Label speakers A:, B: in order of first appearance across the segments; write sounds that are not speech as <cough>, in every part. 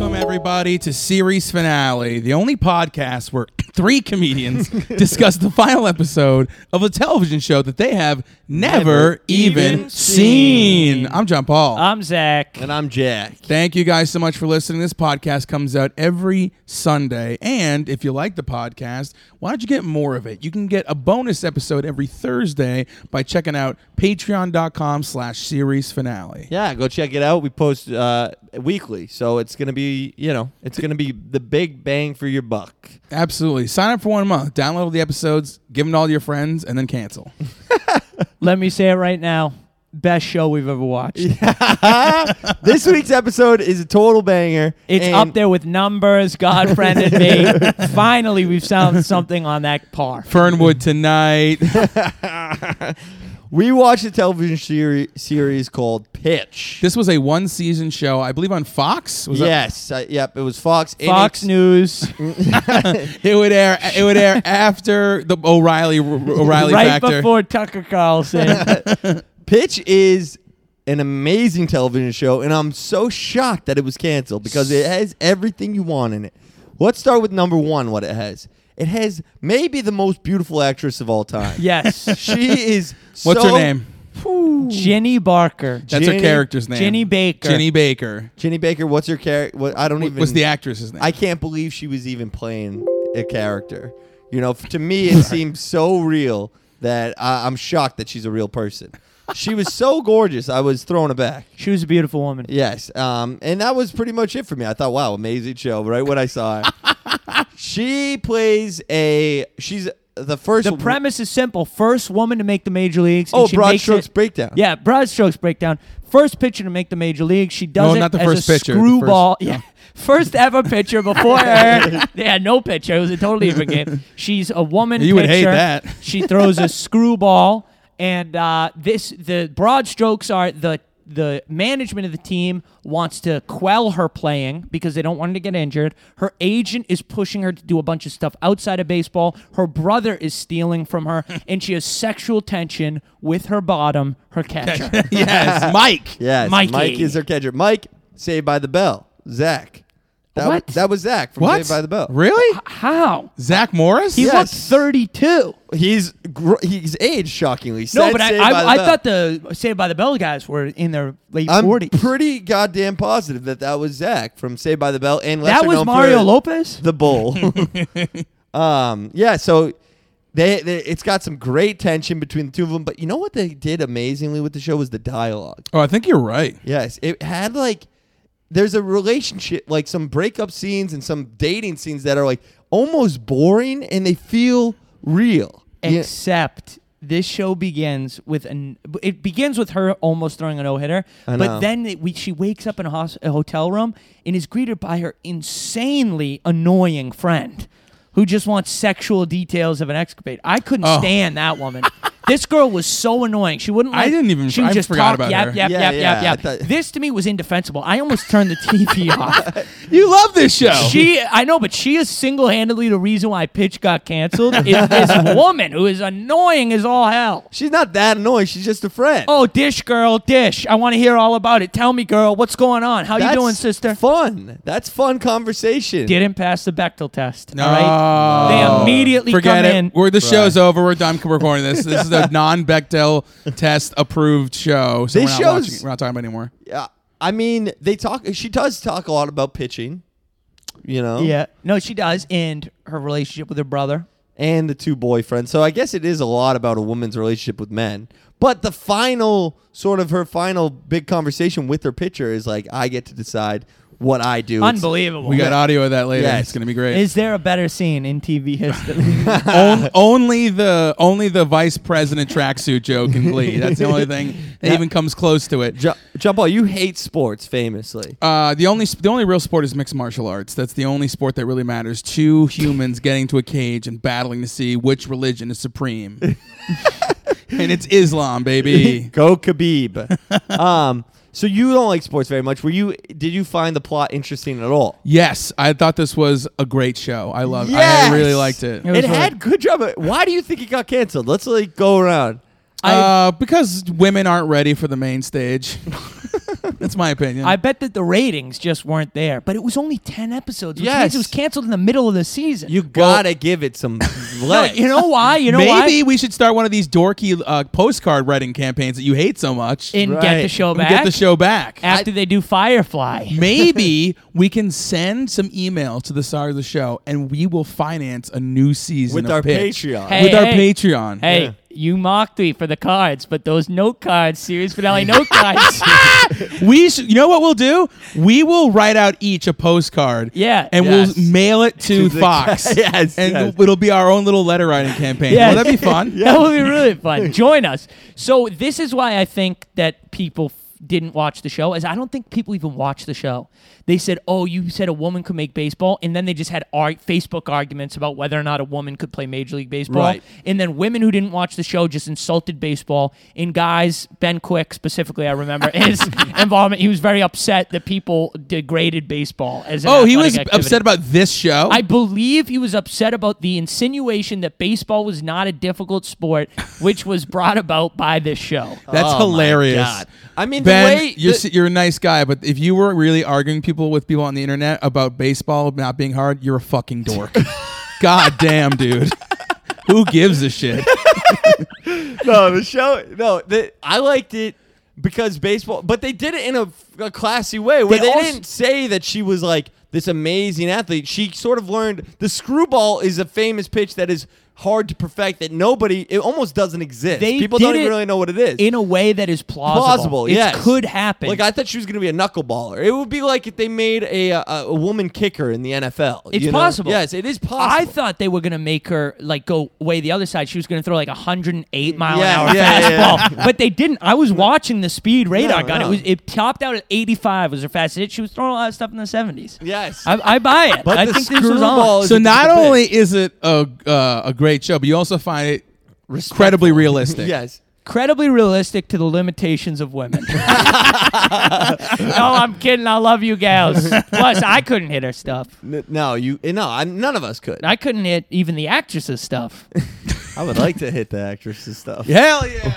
A: everybody to series finale, the only podcast where <coughs> three <laughs> comedians discuss the final episode of a television show that they have never, even, seen. Uh, I'm John Paul.
B: I'm Zach.
C: And I'm Jack.
A: Thank you guys so much for listening. This podcast comes out every Sunday. And if you like the podcast, why don't you get more of it? You can get a bonus episode every Thursday by checking out patreon.com slash series finale.
C: Yeah, go check it out. We post uh, weekly, so it's gonna be you know it's gonna be the big bang for your
B: <laughs>
C: buck.
A: Absolutely. Sign up for one month, download the episodes, give them to all your friends, and then cancel.
B: Let me say it right now. Best show we've ever watched.
C: this week's episode is a total banger.
B: It's
C: and
B: up there with numbers. God friended
A: <laughs>
B: me. Finally, we've found something on that par.
A: Fernwood tonight. <laughs>
C: We watched a television seri- series called Pitch.
A: this was a one season show, I believe on Fox. Was that-
C: yes, uh, yep, it was Fox. and
B: Fox
C: it's-
B: News,
A: it would air it would air after the O'Reilly O'Reilly
B: right
A: factor.
B: before Tucker
A: <laughs>
B: Carlson.
C: Pitch is an amazing television show, and I'm so shocked that it was canceled because it has everything you want in it. Let's start with number one. What it has. It has maybe the most beautiful actress of all time.
B: yes,
C: she is.
A: <laughs> What's
C: so-
A: her name?
B: Ginny Barker,
A: That's her
C: Ginny-
A: character's name.
B: Ginny Baker.
A: Ginny Baker.
C: Ginny Baker. What's her character? What I don't even.
A: was the actress's name.
C: I can't believe she was even playing a character. You know, f- to me
A: <laughs>
C: it seems so real that I, I'm shocked that she's a real person. She was so gorgeous, I was thrown aback.
B: She was a beautiful woman.
C: Yes, um, and that was pretty much it for me. I thought, wow, amazing show. Right when I saw her,
A: <laughs>
C: she plays a. She's the first.
B: The premise is simple: first woman to make the major leagues. and
C: Oh,
B: she
C: broad
B: makes
C: strokes
B: it-
C: breakdown.
B: Yeah, broad strokes breakdown. First pitcher to make the major league. She does
A: No,
B: it
A: not the
B: as
A: first
B: a
A: pitcher, the
B: screwball.
A: first-
B: yeah. <laughs> First ever
A: <laughs>
B: pitcher before her. They had no pitcher. It was a totally different game. She's a woman.
A: You would hate
B: pitcher.
A: that.
B: She
A: <laughs>
B: throws a screwball, and uh, this the broad strokes are the the management of the team wants to quell her playing because they don't want her to get injured. Her agent is pushing her to do a bunch of stuff outside of baseball. Her brother is stealing
A: <laughs>
B: from her, and she has sexual tension with her bottom,
A: <laughs>
B: her catcher.
A: yes, Mike.
C: Yes,
B: Mikey.
C: Mike is her catcher. Mike, Saved by the Bell. Zach. That
B: What?
C: Was, that was Zach from
A: What?
C: Saved by the Bell.
A: Really?
B: How?
A: Zach Morris?
B: He
C: Yeah.
B: looked
C: Yes.
B: 32.
C: He's gr- he's aged shockingly.
B: No,
C: Said
B: but I,
C: Saved by the
B: I, I
C: Bell.
B: thought the Saved by the Bell guys were in their late
C: I'm
B: 40s.
C: pretty goddamn positive that that was Zach from Saved by the Bell, and
B: that
C: lesser
B: was
C: known
B: Mario
C: for
B: Lopez?
C: the Bull. <laughs> um, yeah, so they, they it's got some great tension between the two of them. But you know what they did amazingly with the show was the dialogue.
A: Oh, I think you're right.
C: Yes, it had like there's a relationship, like some breakup scenes and some dating scenes that are like almost boring, and they feel real. Yeah.
B: except this show begins with an it begins with her almost throwing a no-hitter
C: I
B: but
C: know.
B: then it, we, she wakes up in a, hos- a hotel room and is greeted by her insanely annoying friend who just wants sexual details of an escapade i couldn't
A: Oh.
B: stand that woman this girl was so annoying she wouldn't
A: I
B: like,
A: didn't even-
B: she
A: I
B: would just
A: forgot
B: talk
A: about
B: yap
A: her.
B: yap
C: Yeah,
B: yap
C: yeah,
B: yap
C: I
B: yap
C: thought-
B: this to me was indefensible i almost turned the
C: <laughs>
B: tv off
A: You love this show.
B: she, I know, but she is single-handedly the reason why Pitch got canceled.
A: <laughs>
B: is this woman who is annoying as all hell.
C: She's not that annoying. She's just a friend.
B: Oh, Dish girl, Dish. I want to hear all about it. Tell me, girl, what's going on? How you
C: That's
B: doing, sister?
C: Fun. That's fun conversation.
B: Didn't pass the Bechtel test.
A: no.
B: All right. They immediately
A: Forget
B: come
A: it.
B: in.
A: We're the show's over. We're done recording this. This is a non-Bechdel test approved show. So
C: This
A: we're not
C: show's-
A: watching, we're not talking about it anymore.
C: Yeah, I mean, they talk. She does talk a lot about pitching, you know.
B: Yeah. No, she does end her relationship with her brother.
C: And the two boyfriends. So I guess it is a lot about a woman's relationship with men. But the final sort of her final big conversation with her pitcher is like, I get to decide what I do. It's-
B: Unbelievable.
A: We got audio of that later.
C: Yes.
A: It's gonna be great.
B: Is there a better scene in
A: <laughs>
B: TV history?
A: On- <laughs> only the only the vice president tracksuit joke in Glee. That's the only thing that even comes close to it.
C: Ju- jump ball. You hate sports, famously.
A: Uh, the only the only real sport is mixed martial arts. That's the only sport that really matters. Two humans getting to a cage and battling to see which religion is supreme. and it's Islam,
C: <laughs>
A: baby.
C: Go Khabib. <laughs> um. So you don't like sports very much. Were you? Did you find the plot interesting at all?
A: Yes, I thought this was a great show. I love.
C: Yes!
A: I really liked it.
B: It
C: It,
B: was
C: had good drama. Why do you think it got canceled? Let's like go around.
B: I-
A: Um, uh, because women aren't ready for the main stage. <laughs> That's my opinion.
B: I bet that the ratings just weren't there, but it was only ten episodes, which means
C: Yes.
B: it was canceled in the middle of the season.
C: You gotta give it
B: <laughs>
C: some
B: No,
C: legs.
B: you know why? You know why?
A: Maybe we should start one of these dorky uh, postcard writing campaigns that you hate so much.
B: and get
C: Right.
B: the show
A: and
B: back.
A: get the show back.
B: after they do Firefly.
A: <laughs> Maybe we can send some emails to the star of the show, and we will finance a new season
C: with
A: of
C: our
A: Pitch.
C: Patreon.
B: Hey.
A: with our Patreon.
B: Hey,
C: Yeah.
B: you mocked me for the cards, but those note cards, series finale note
A: <laughs>
B: cards.
A: We sh- you know what we'll do? We will write out each a postcard.
B: Yeah.
A: And
C: Yes.
A: we'll mail it to,
C: To the-
A: Fox.
C: <laughs> Yes,
A: And
C: yes.
A: it'll be our own little letter writing campaign.
B: Yes.
A: Will that be
B: <laughs>
A: fun?
B: That would be
A: <laughs>
B: really fun. Join us. So this is why I think that people f- didn't watch the show is I don't think people even watched the show. They said, "Oh, you said a woman could make baseball," and then they just had ar- Facebook arguments about whether or not a woman could play Major League Baseball.
C: Right.
B: And then women who didn't watch the show just insulted baseball. And guys, Ben Quick specifically, I
A: <laughs>
B: remember his involvement. He was very upset that people degraded baseball as an
A: Oh, he
B: athletic
A: was
B: activity.
A: upset about this show.
B: I believe he was upset about the insinuation that baseball was not a difficult sport, which was brought about by this show.
A: That's
C: Oh my
A: hilarious.
C: God. I mean, the
A: ben,
C: way
A: you're
C: the-
A: s- you're a nice guy, but if you were really arguing people with people on the internet about baseball not being hard, you're a fucking
B: <laughs>
A: dork. God damn, dude. Who gives a
B: <laughs>
A: shit?
C: no, the show. No, the, I liked it because baseball, but they did it in a, a classy way where
B: They
C: they,
B: also-
C: didn't say that she was like this amazing athlete. She sort of learned the screwball is a famous pitch that is hard to perfect that nobody it almost doesn't exist.
B: They
C: People
B: did
C: don't even
B: it
C: really know what it is.
B: In a way that is plausible.
C: plausible,
B: It
C: yes.
B: could happen.
C: Like I thought she was going to be a knuckleballer. It would be like if they made a a, a woman kicker in the NFL.
B: It's
C: you know?
B: possible.
C: Yes, it is possible.
B: I thought they were going to make her like go way the other side. She was going to throw like a 108 mile
C: Yeah,
B: an hour
C: yeah, yeah,
B: fastball, but they didn't. I was watching the speed radar
C: No,
B: gun. It
C: no.
B: was it topped out at 85 was her fastest hit. She was throwing a lot of stuff in the 70s.
C: Yes.
B: I, I buy it.
C: But
B: I
C: the
B: think this was
C: screwball
B: on.
C: is-
A: So
C: it
A: not
C: the pitch?
A: only is it a uh, a great show, but you also find it incredibly realistic.
C: yes.
B: incredibly realistic to the limitations
A: <laughs>
B: of women. <laughs> no, I'm kidding. I love you gals. Plus, I couldn't hit her stuff.
C: N- No, you eh, no, I, none of us could.
B: I couldn't hit even the actress's
A: <laughs>
B: stuff.
C: I would like to hit the actress's stuff.
B: <laughs>
A: Hell yeah.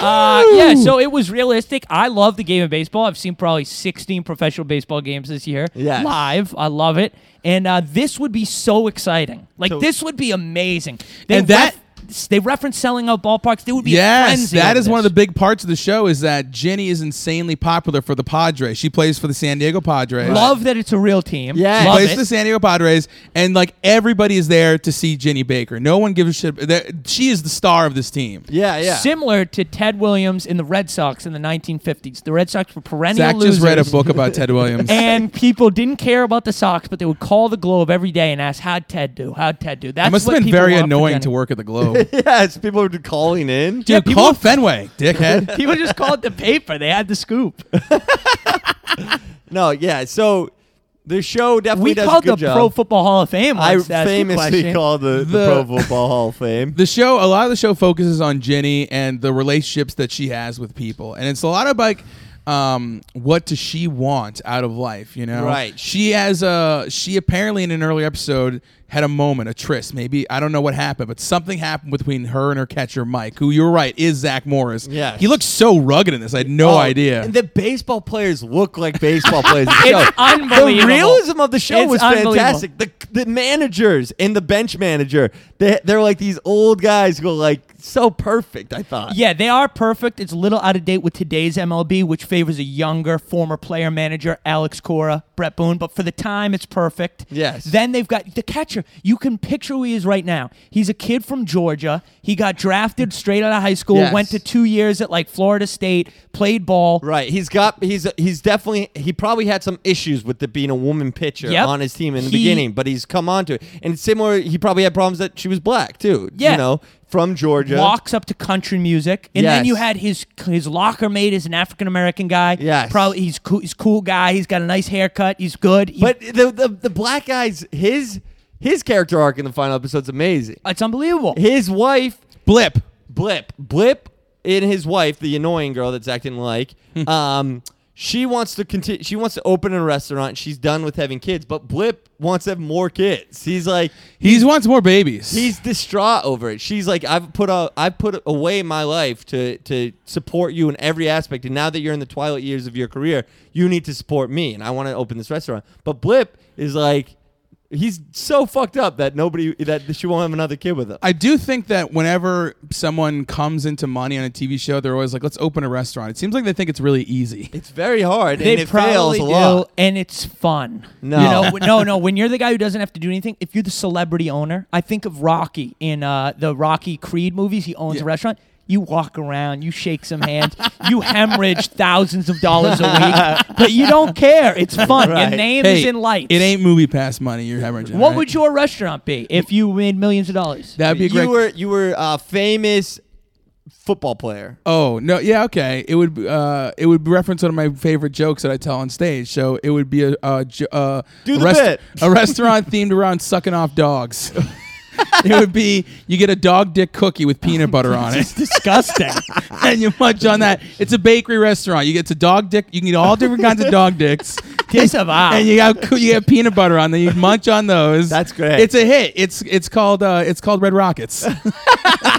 B: Uh, yeah, so it was realistic. I love the game of baseball. I've seen probably 16 professional baseball games this year
C: Yes.
B: live. I love it. And uh, this would be so exciting. Like,
C: So-
B: this would be amazing. They
A: And that-
B: ref- they reference selling out ballparks. There would be a
A: Yes,
B: frenzy
A: that
B: over
A: is one of
B: this.
A: the big parts of the show is that Jenny is insanely popular for the Padres. She plays for the San Diego Padres.
B: Love that it's a real team.
C: Yeah.
A: She
B: Love
A: plays
B: it.
A: for the San Diego Padres, and like everybody is there to see Jenny Baker. No one gives a shit. They're- She is the star of this team.
C: Yeah, yeah.
B: Similar to Ted Williams in the Red Sox in the 1950s. The Red Sox were perennial
A: Zach
B: losers.
A: just read a book about Ted
B: <laughs>
A: Williams.
B: and people didn't care about the Sox, but they would call the Globe every day and ask, "How'd Ted do? How'd Ted do?" That's
A: It must have
B: what
A: been
B: people
A: very
B: want for
A: annoying
B: Jenny.
A: to work <laughs> at the Globe.
C: <laughs> yes, people are calling in.
A: Dude,
B: people-
A: call Fenway,
B: <laughs>
A: dickhead.
B: <laughs> People just called the paper; they had the
C: <laughs>
B: scoop.
C: No, yeah. So the show definitely
B: We
C: does
B: called
C: a good
B: the
C: job.
B: Pro Football Hall of Fame.
C: I
B: once to ask you a
C: famously
B: question.
C: called the, the,
A: The-
C: Pro Football Hall of Fame.
B: <laughs>
A: The show, a lot of the show focuses on Jenny and the relationships that she has with people, and it's a lot of like, um, what does she want out of life? You know,
C: Right.
A: She has a she apparently in an early episode had a moment, a tryst. Maybe I don't know what happened, but something happened between her and her catcher Mike, who you're right is Zach Morris.
C: Yes.
A: he looks so rugged in this. I had no
C: Oh,
A: idea.
C: And the baseball players look like baseball players. in <laughs> the
B: <laughs> It's
C: show.
B: unbelievable.
C: The realism of the show
B: It's
C: was
B: unbelievable.
C: fantastic. The, the managers and the bench manager, they, they're like these old guys who are like so perfect, I thought.
B: Yeah, they are perfect. It's a little out of date with today's MLB, which favors a younger former player manager, Alex Cora, Brett Boone. But for the time, it's perfect.
C: Yes.
B: Then they've got the catcher. You can picture who he is right now. He's a kid from Georgia. He got drafted straight out of high school,
C: Yes.
B: went to two years at like Florida State, played ball.
C: Right. He's got he's he's definitely he probably had some issues with the being a woman pitcher
B: Yep.
C: on his team in the
B: He-
C: beginning, but he's come on to it. And similar, he probably had problems that she was black too.
B: Yeah.
C: You know, from Georgia.
B: Walks up to country music, and then
C: Yes.
B: you had his his locker mate is an African American guy.
C: Yes.
B: probably he's cool. He's a cool guy. He's got a nice haircut. He's good. He-
C: But the, the the black guy's his his character arc in the final episode's amazing.
B: it's unbelievable.
C: His wife
A: Blip.
B: Hmm.
C: Blip. Blip and his wife, the annoying girl that Zach didn't like, um, She wants to continue. She wants to open a restaurant. She's done with having kids, but Blip wants to have more kids. He's like,
A: He wants more babies.
C: He's distraught over it. She's like, I've put a, I've put away my life to to support you in every aspect, and now that you're in the twilight years of your career, you need to support me, and I want to open this restaurant. But Blip is like, he's so fucked up that nobody that she won't have another kid with him.
A: I do think that whenever someone comes into money on a TV show, they're always like, "Let's open a restaurant." It seems like they think it's really easy.
C: It's very hard,
B: They
C: and it fails
B: probably
C: a lot.
B: do, and it's fun.
C: No.
B: you know, no, no. When you're the guy who doesn't have to do anything, if you're the celebrity owner, I think of Rocky in uh, the Rocky Creed movies. He owns a restaurant. You walk around, you shake some hands, you hemorrhage thousands of dollars a
C: <laughs>
B: week, but you don't care. It's fun.
C: Right.
B: Your name is in lights.
A: It ain't movie pass money. You're hemorrhaging.
B: What
A: right?
B: would your restaurant be if you made millions of dollars?
A: That'd be a great.
C: You were you were a famous football player.
A: oh no, yeah, okay. It would. Uh, it would reference one of my favorite jokes that I tell on stage. So it would be a a, jo- uh,
C: Do
A: a,
C: the bit.
A: a restaurant themed around sucking off dogs. <laughs> it would be you get a dog dick cookie with peanut butter on it.
B: It's disgusting.
A: <laughs> and you munch on that. It's a bakery restaurant. You get to dog dick. You can eat all different kinds of dog dicks.
C: <laughs>
B: Disavow.
A: And you got you got peanut butter on there. You munch on those.
C: That's great.
A: It's a hit. It's it's called uh, it's called Red
C: <laughs>
A: Rockets.
B: <laughs>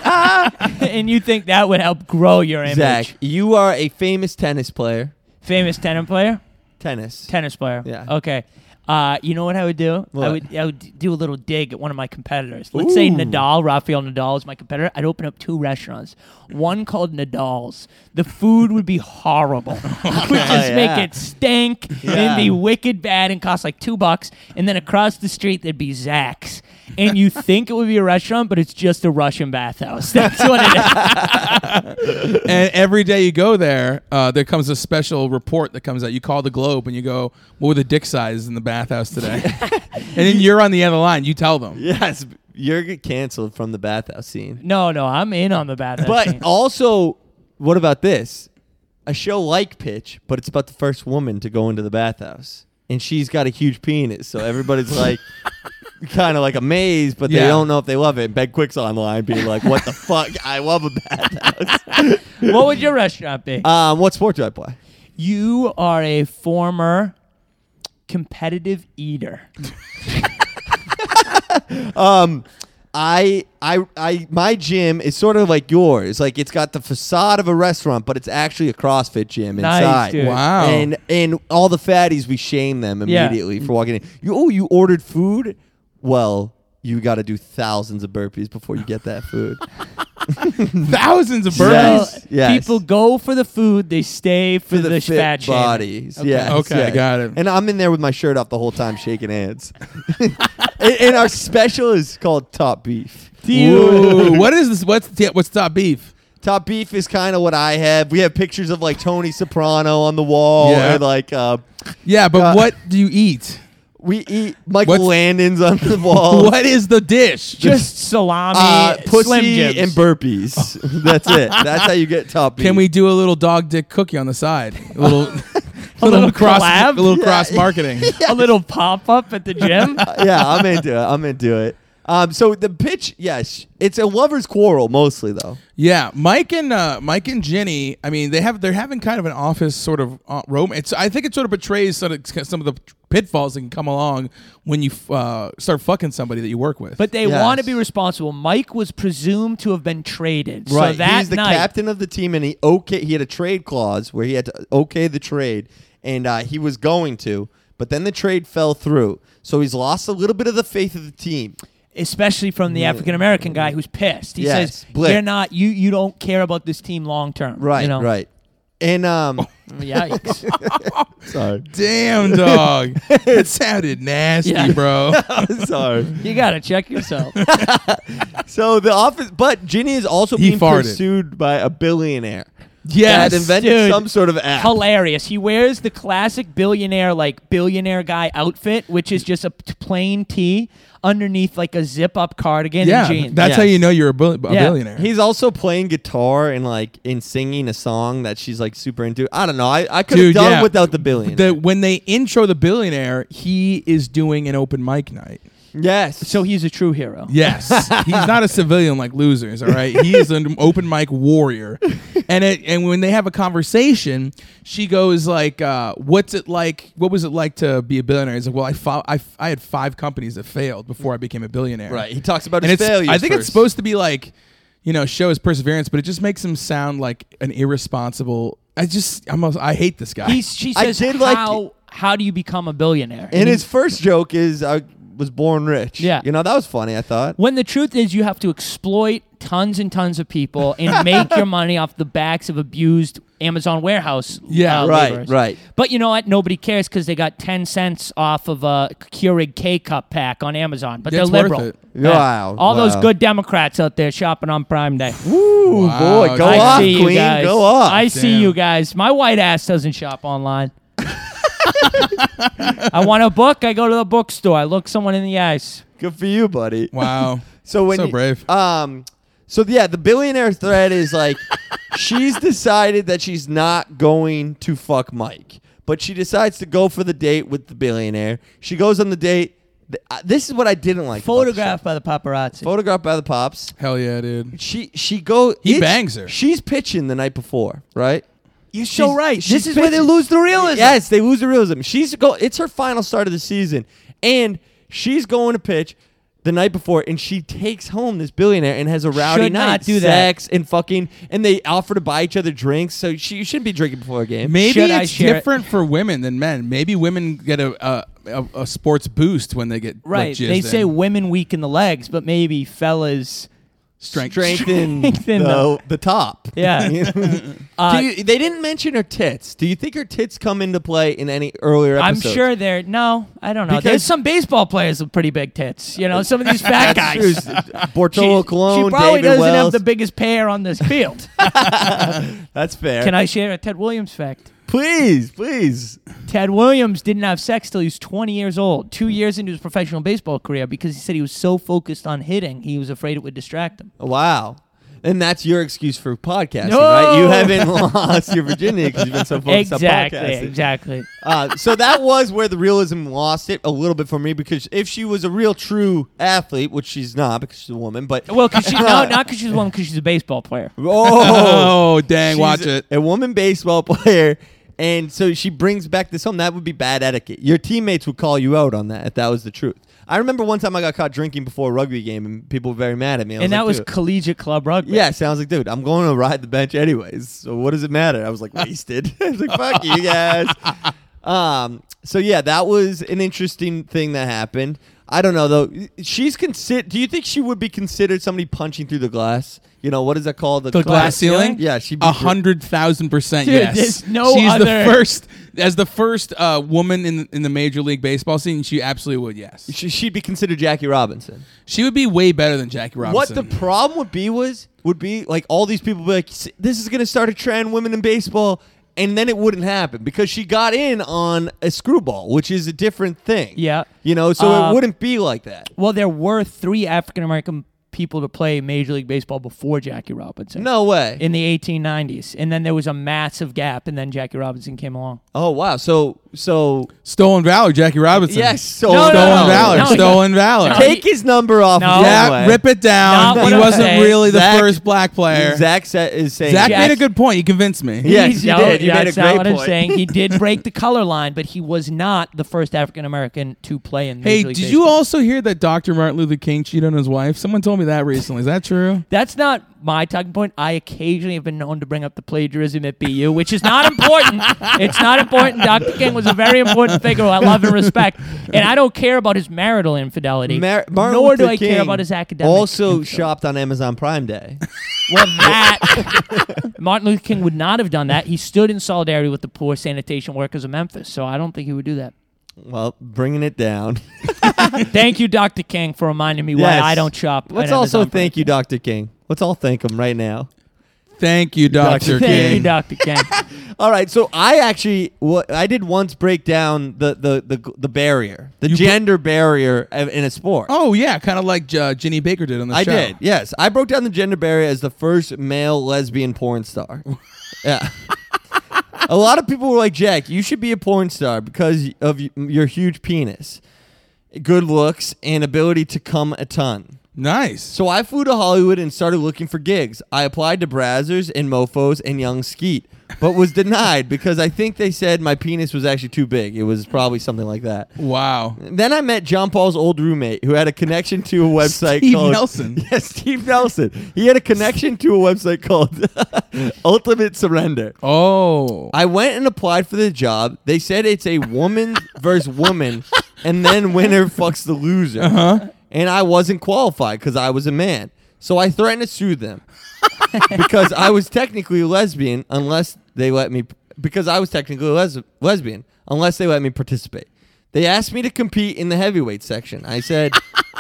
B: and you think that would help grow your image?
C: Zach, you are a famous tennis player.
B: Famous tennis player.
C: Tennis.
B: Tennis player.
C: Yeah.
B: Okay. Uh, you know what I would do? I
C: What?
B: would I would do a little dig at one of my competitors. Let's say Nadal, Rafael Nadal is my competitor. I'd open up two restaurants. One called Nadal's. The food would
C: <laughs>
B: be horrible. <laughs> It would just
C: Oh,
B: make
C: yeah.
B: it stink
C: Yeah.
B: and be wicked bad and cost like two bucks. And then across the street there'd be Zach's. And you think it would be a restaurant, but it's just a Russian bathhouse. <laughs> That's what it is.
C: <laughs>
A: and every day you go there, uh, there comes a special report that comes out. You call the Globe and you go, "What were the dick sizes in the bathhouse
C: <laughs>
A: today?" and then you're on the end of the line. You tell them.
C: Yes, you're get canceled from the bathhouse scene.
B: No, no, I'm in on the bathhouse.
C: But
B: scene.
C: also, what about this? A show like Pitch, but it's about the first woman to go into the bathhouse. And she's got a huge penis, so everybody's like kind of like amazed, but
A: Yeah.
C: they don't know if they love it. And Ben Quick's online being like, What the fuck? I love a bathhouse.
B: what would your restaurant be?
C: um, what sport do I play?
B: You are a former competitive eater.
C: Um I I I my gym is sort of like yours. Like it's got the facade of a restaurant, but it's actually a CrossFit gym
B: Nice,
C: inside.
B: dude.
A: Wow.
C: And and all the fatties we shame them
B: Yeah.
C: immediately for walking in. You oh you ordered food? Well, you got to do thousands of burpees before you get that food.
A: Thousands of
C: So-
A: birds.
C: Yes, yes.
B: People go for the food, they stay <laughs> for, the,
C: fit
B: fat shaming.
C: bodies. Yes,
A: Okay,
C: yes.
A: got it.
C: And I'm in there with my shirt off the whole time, shaking hands. <laughs> and, and our special is called Top Beef.
B: Do you,
A: Ooh, what is this? What's what's top beef?
C: Top beef is kind of what I have. We have pictures of like Tony Soprano on the wall,
A: Yeah.
C: and like uh,
A: Yeah, but
C: Uh,
A: what do you eat?
C: we eat Michael
A: What's-
C: Landon's on
A: <laughs>
C: the wall.
A: what is the dish?
B: just salami,
C: <laughs> Uh,
B: slim
C: pussy <laughs>
B: jims.
C: and burpees. That's
A: <laughs>
C: it. That's how you get top beef.
A: Can we do a little dog dick cookie on the side? A little,
C: <laughs>
B: little
A: cross,
B: collab?
A: a little
C: Yeah.
A: cross
C: <laughs>
A: marketing.
B: a little pop up at the gym?
C: Uh, yeah, I'm into it. I'm into it. Um, so the pitch, yes, it's a lover's quarrel mostly though.
A: yeah, Mike and uh, Mike and Jenny. I mean, they have they're having kind of an office sort of uh, romance. I think it sort of betrays some of, the- some of the pitfalls that can come along when you uh, start fucking somebody that you work with.
B: But they
C: Yes.
B: want to be responsible. Mike was presumed to have been traded. So that
C: he's the
B: night,
C: captain of the team, and he okay. He had a trade clause where he had to okay the trade, and uh, he was going to, but then the trade fell through. So he's lost a little bit of the faith of the team.
B: especially from the African American guy who's pissed. He
C: Mm. Yes,
B: says,
C: Blake.
B: "You're not you. You don't care about this team long term."
C: Right,
B: You know?
C: right. And um,
B: Oh, Yikes.
C: <laughs> sorry,
A: damn dog, that sounded nasty,
B: Yeah.
A: bro.
C: sorry.
B: <laughs> you gotta check yourself.
C: So the office, but Ginny is also
A: He
C: being
A: farted.
C: pursued by a billionaire
A: Yes,
C: that invented
B: dude.
C: some sort of app.
B: hilarious. He wears the classic billionaire like billionaire guy outfit, which is just a p- plain tee underneath like a zip up cardigan
A: yeah.
B: and jeans.
A: That's how
C: Yes.
A: you know you're a, bill- a
B: Yeah.
A: billionaire.
C: He's also playing guitar and like in singing a song that she's like super into. I don't know. I, I could have
A: Dude,
C: done
A: yeah.
C: without the billionaire.
A: the when they intro the billionaire, he is doing an open mic night.
C: Yes.
B: So he's a true hero.
A: Yes, he's not a civilian like losers. All right, he is an open mic warrior, and it, and when they have a conversation, she goes like, uh, "What's it like? What was it like to be a billionaire?" He's like, "Well, I, fo- I, f- I had five companies that failed before I became a billionaire."
C: Right, he talks about
A: and
C: his
A: it's,
C: failures
A: I think it's
C: first.
A: supposed to be like, you know, show his perseverance, but it just makes him sound like an irresponsible. I just, I'm, a- I hate this guy.
B: He's, she
C: I
B: says,
C: did like
B: how,
C: it.
B: how do you become a billionaire?
C: and his first joke is I was born rich.
B: Yeah.
C: You know, that was funny, I thought.
B: When the truth is, you have to exploit tons and tons of people
C: <laughs>
B: and make your money off the backs of abused Amazon warehouse.
A: Yeah,
B: uh,
C: right,
B: laborers.
C: right.
B: But you know what? Nobody cares because they got ten cents off of a Keurig K cup pack on Amazon. But
A: Yeah,
B: they're
A: it's worth
B: liberal.
A: it.
C: Wow,
B: All those
C: wow.
B: good Democrats out there shopping on Prime Day.
C: Ooh,
A: Wow,
C: boy, go
A: I
C: off,
B: see you
C: Queen.
B: guys.
C: Go off.
B: I see
A: Damn.
B: you guys. My white ass doesn't shop online. <laughs> I want a book. I go to the bookstore. I look someone in the eyes.
C: Good for you, buddy.
A: wow,
C: <laughs> So when
A: so
C: you-
A: brave.
C: Um, so yeah, the billionaire thread is like <laughs> she's decided that she's not going to fuck Mike, but she decides to go for the date with the billionaire. She goes on the date. Th- uh, This is what I didn't like. about the show.
B: Photographed by the paparazzi.
C: Photographed by the pops.
A: Hell yeah, dude.
C: She she go.
A: He
C: it's-
A: bangs her.
C: She's pitching the night before, right?
B: You're
C: She's- she's pitching-
B: the realism.
C: Yes, they lose the realism. She's go. It's her final start of the season, and she's going to pitch the night before, and she takes home this billionaire and has a rowdy
B: Should not
C: night,
B: do that.
C: sex, and fucking, and they offer to buy each other drinks. So she you shouldn't be drinking before a game.
A: Maybe
B: Should I
A: it's
B: share it?
A: different for women than men. Maybe women get a a, a, a sports boost when they get like,
B: Right.
A: jizzed
B: They say
A: in.
B: women weaken the legs, but maybe fellas.
A: strength.
C: Strengthen,
B: Strengthen <laughs>
C: the, the top. <laughs>
B: Yeah. <laughs> Uh,
C: Do you, they didn't mention her tits. Do you think her tits come into play in any earlier
B: I'm
C: episodes? <laughs>
B: sure they're no. I don't know.
C: Because-
B: There's some baseball players with pretty big tits. You know, some of these fat guys.
C: True. Bortolo Cologne,
B: she probably
C: David
B: doesn't have
C: Wells.
B: the biggest pair on this
C: <laughs>
B: field.
C: That's fair.
B: Can I share a Ted Williams fact?
C: please, please?
B: Ted Williams didn't have sex till he was 20 years old, two years into his professional baseball career, because he said he was so focused on hitting, he was afraid it would distract him.
C: Wow. And that's your excuse for podcasting,
B: No!
C: right? You haven't <laughs> lost your virginity because you've been so focused
B: <laughs> exactly,
C: on podcasting.
B: exactly.
C: Uh, so that was where the realism lost it a little bit for me because if she was a real true athlete, which she's not because she's a woman, but <laughs>
B: Well, because she's no, not because she's a woman, because she's a baseball player.
C: oh,
B: <laughs>
A: Oh dang!
C: she's
A: Watch it.
C: A woman baseball <laughs> player, and so she brings back this home. That would be bad etiquette. Your teammates would call you out on that if that was the truth. I remember one time I got caught drinking before a rugby game, and people were very mad at me. I
B: And that
C: like,
B: was
C: "Dude,
B: collegiate club rugby.
C: Yeah, sounds like, dude, I'm going to ride the bench anyways. So what does it matter? I was like wasted. <laughs> I was like, fuck you
A: <laughs>
C: guys. Um, so yeah, that was an interesting thing that happened. I don't know though. She's consider. Do you think she would be considered somebody punching through the glass? You know what is that called?
B: The
A: glass
B: glass
A: ceiling?
B: ceiling?
C: Yeah, she'd be
A: a
C: gr-
A: hundred thousand percent.
B: Dude,
A: Yes,
B: there's no
A: She's
B: other-
A: the first as the first uh, woman in in the major league baseball scene. She absolutely would. Yes,
C: She, she'd be considered Jackie Robinson.
A: she would be way better than Jackie Robinson.
C: What the problem would be was would be like all these people be like, "S- this is gonna start a trend, women in baseball, and then it wouldn't happen because she got in on a screwball, which is a different thing.
B: Yeah.
C: you know, so
B: Uh,
C: it wouldn't be like that.
B: Well, there were three African American people to play Major League Baseball before Jackie Robinson.
C: No way.
B: In the 1890s. And then there was a massive gap, and then Jackie Robinson came
C: <laughs>
B: along.
C: oh wow. So so
A: stolen valor, Jackie Robinson?
C: yes. So
B: No, no,
A: stolen
B: no,
A: valor,
B: no, he-
A: stolen valor.
B: no, he-
C: Take his number off.
B: No.
C: of
A: yeah,
C: Runway.
A: rip it down.
B: Not what
A: he
B: I'm
A: wasn't
B: saying.
A: really the
C: Zach-
A: first black player. Zach,
C: Zach sa- is saying
A: made a
B: Yes.
A: good point. You convinced me.
C: Yes,
B: He's-
C: you
B: no,
C: did. You made a
B: that's not
C: great
B: what I'm
C: point.
B: saying.
C: <laughs>
B: He did break the color line, but he was not the first African American to play in.
A: Hey,
B: Major
A: did
B: League
A: you
B: Baseball.
A: also hear that Dr. Martin Luther King cheated on his wife? Someone told me that recently. Is that true?
B: That's not my talking point. I occasionally have been known to bring up the plagiarism at BU, which is not important. it's not important. Dr. King was a very important figure who I love and respect, and I don't care about his marital infidelity.
C: Mar- Martin
B: nor do
C: Luther
B: I
C: King
B: care about his academic.
C: Also
B: infidelity.
C: shopped on Amazon Prime Day.
B: <laughs> Well, that <laughs> Martin Luther King would not have done that. He stood in solidarity with the poor sanitation workers of Memphis, so I don't think he would do that.
C: well, bringing it down. <laughs>
B: Thank you, Dr. King, for reminding me why
C: Yes.
B: I don't shop.
C: Let's
B: at
C: also
B: Amazon
C: thank you, Dr. King. Let's all thank him right now.
A: Thank you, Dr.
C: Dr.
B: Prime. Thank you,
A: King.
B: Dr. King.
C: <laughs> All right, so I actually wha- I did once break down the the the, the barrier, the gender barrier of- in a sport.
A: Oh, yeah, kind of like uh, Ginny Baker did on the
C: I
A: show.
C: did. Yes, I broke down the gender barrier as the first male lesbian porn star. yeah. A lot of people were like, "Jack, you should be a porn star because of y- your huge penis." good looks, and ability to come a ton.
A: Nice.
C: So I flew to Hollywood and started looking for gigs. I applied to Brazzers and Mofos and Young Skeet, but was denied because I think they said my penis was actually too big. It was probably something like that.
A: Wow.
C: Then I met John Paul's old roommate who had a connection to a website
A: Steve
C: called
A: Nelson.
C: <laughs> Yeah, Steve Nelson. He had a connection to a website called <laughs> Ultimate Surrender.
A: Oh.
C: I went and applied for the job. They said it's a woman versus woman, and then winner fucks the loser. And I wasn't qualified because I was a man. So I threatened to sue them <laughs> because I was technically a lesbian unless they let me. Because I was technically a les- lesbian unless they let me participate. They asked me to compete in the heavyweight section. I said,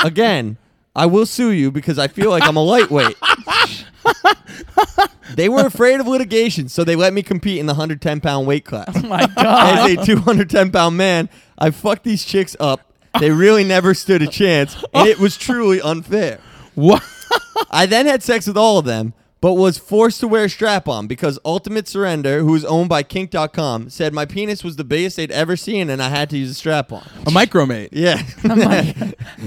C: again, I will sue you because I feel like I'm a lightweight. They were afraid of litigation, so they let me compete in the 110 pound weight class.
B: My God.
C: As a 210 pound man, I fucked these chicks up. They really never stood a chance, and it was truly unfair.
A: What?
C: I then had sex with all of them, but was forced to wear a strap on because Ultimate Surrender, who is owned by Kink.com, said my penis was the biggest they'd ever seen, and I had to use a strap on.
A: A micromate.
C: Yeah.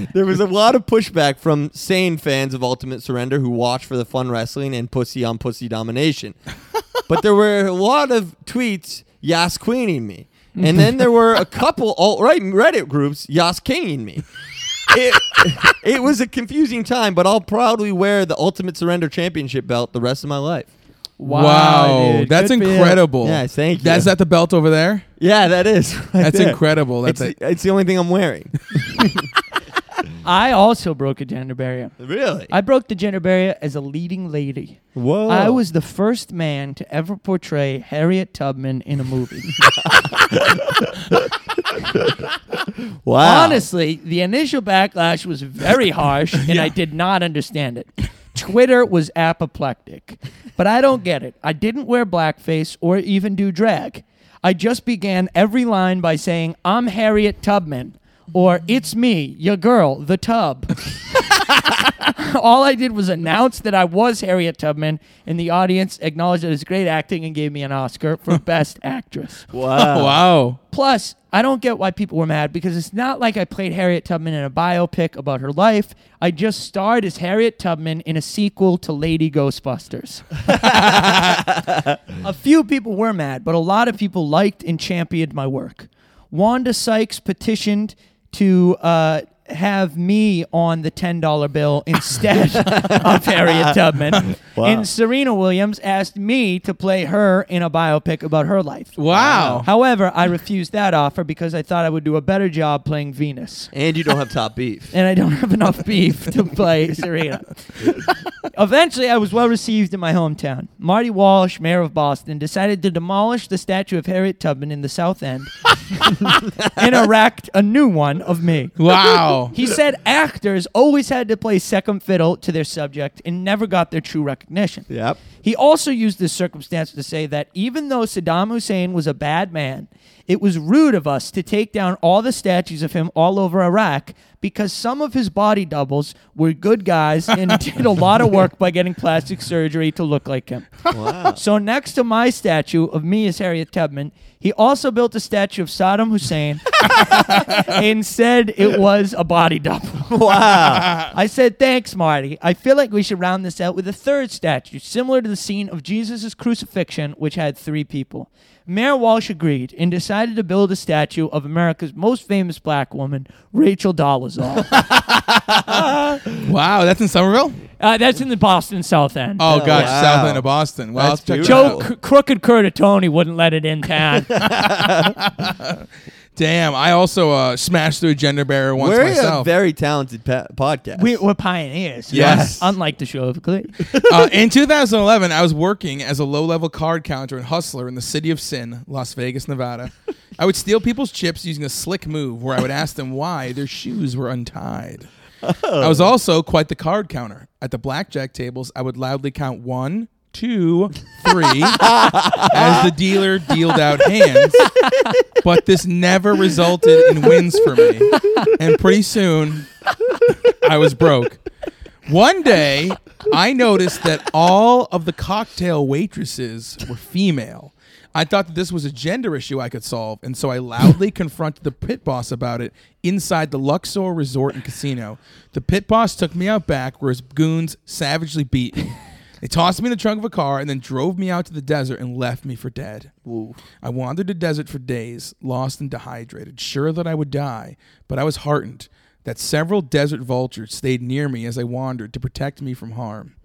C: <laughs> there was a lot of pushback from sane fans of Ultimate Surrender who watch for the fun wrestling and pussy on pussy domination. but there were a lot of tweets Yas Queening me. And then there were a couple alt right Reddit groups Yas Kinging me. It, it was a confusing time, but I'll proudly wear the Ultimate Surrender Championship belt the rest of my life.
A: Wow.
B: dude.
A: That's
B: Good for you.
A: incredible.
C: Yes, thank you.
A: That's that the belt over there?
C: <laughs> Yeah, that is. right
A: That's
C: there.
A: incredible.
C: It's,
A: That's a,
C: the- it's the only thing
A: <laughs>
C: I'm wearing.
B: I also broke a gender barrier.
C: really?
B: I broke the gender barrier as a leading lady.
C: Whoa.
B: I was the first man to ever portray Harriet Tubman in a movie.
C: wow.
B: Honestly, the initial backlash was very harsh, and I did not understand it. Twitter was apoplectic, but I don't get it. I didn't wear blackface or even do drag. I just began every line by saying, I'm Harriet Tubman, or It's me, your girl, the tub. <laughs> All I did was announce that I was Harriet Tubman, and the audience acknowledged it was great acting and gave me an Oscar for Best Actress.
A: <laughs>
C: uh,
A: oh, wow.
B: Plus, I don't get why people were mad because it's not like I played Harriet Tubman in a biopic about her life. I just starred as Harriet Tubman in a sequel to Lady Ghostbusters. a few people were mad, but a lot of people liked and championed my work. Wanda Sykes petitioned to uh, have me on the $10 bill instead of Harriet Tubman. And Serena Williams asked me to play her in a biopic about her life.
A: Wow.
B: However, I refused that offer because I thought I would do a better job playing Venus.
C: And you don't have top beef.
B: And I don't have enough beef to play Serena. Eventually, I was well received in my hometown. Marty Walsh, mayor of Boston, decided to demolish the statue of Harriet Tubman in the South End and erect a new one of me.
A: <laughs> Wow.
B: He said actors always had to play second fiddle to their subject and never got their true recognition.
C: Yep.
B: He also used this circumstance to say that even though Saddam Hussein was a bad man, it was rude of us to take down all the statues of him all over Iraq because some of his body doubles were good guys and did a lot of work by getting plastic surgery to look like him. So next to my statue of me as Harriet Tubman, he also built a statue of Saddam Hussein and said it was a body double. Wow. I said, thanks, Marty. I feel like we should round this out with a third statue, similar to the scene of Jesus' crucifixion, which had three people. Mayor Walsh agreed and decided to build a statue of America's most famous black woman,
A: <laughs>
B: Rachel Dolezal.
A: Wow. That's in Somerville?
B: uh, that's in the Boston South End.
A: Oh, gosh.
C: wow.
A: South End of Boston. Wow.
C: That's
A: check that
B: Joe
A: out.
B: C- Crooked Curtatone wouldn't let it
A: <laughs>
B: in town.
A: Damn. I also uh, smashed through a gender barrier once
C: We're a
A: myself.
C: very talented pa- podcast.
B: we, we're pioneers.
A: Yes.
B: Unlike the show
A: <laughs>
B: of Glee.
A: uh, in 2011, I was working as a low level card counter and hustler in the city of Sin, Las Vegas, Nevada. I would steal people's chips using a slick move where I would ask them why their shoes were untied. I was also quite the card counter. At the blackjack tables, I would loudly count one, two, three as the dealer dealed out hands, but this never resulted in wins for me. And pretty soon, I was broke. One day, I noticed that all of the cocktail waitresses were female. I thought that this was a gender issue I could solve, and so I loudly confronted the pit boss about it inside the Luxor Resort and Casino. The pit boss took me out back where his goons savagely beat me. They tossed me in the trunk of a car and then drove me out to the desert and left me for dead. I wandered the desert for days, lost and dehydrated, sure that I would die, but I was heartened that several desert vultures stayed near me as I wandered to protect me from harm.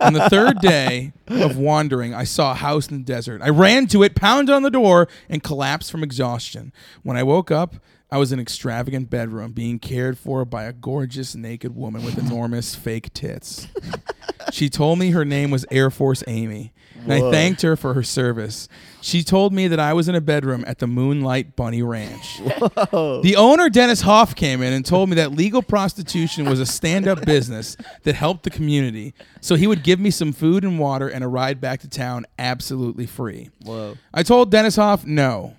A: on the third day of wandering, I saw a house in the desert. I ran to it, pounded on the door, and collapsed from exhaustion. When I woke up, I was in an extravagant bedroom being cared for by a gorgeous naked woman with enormous fake tits. She told me her name was Air Force Amy, and I thanked her for her service. She told me that I was in a bedroom at the Moonlight Bunny Ranch. The owner, Dennis Hoff, came in and told me that legal prostitution was a stand up business that helped the community. So he would give me some food and water and a ride back to town absolutely free.
C: Whoa.
A: I told Dennis Hoff no.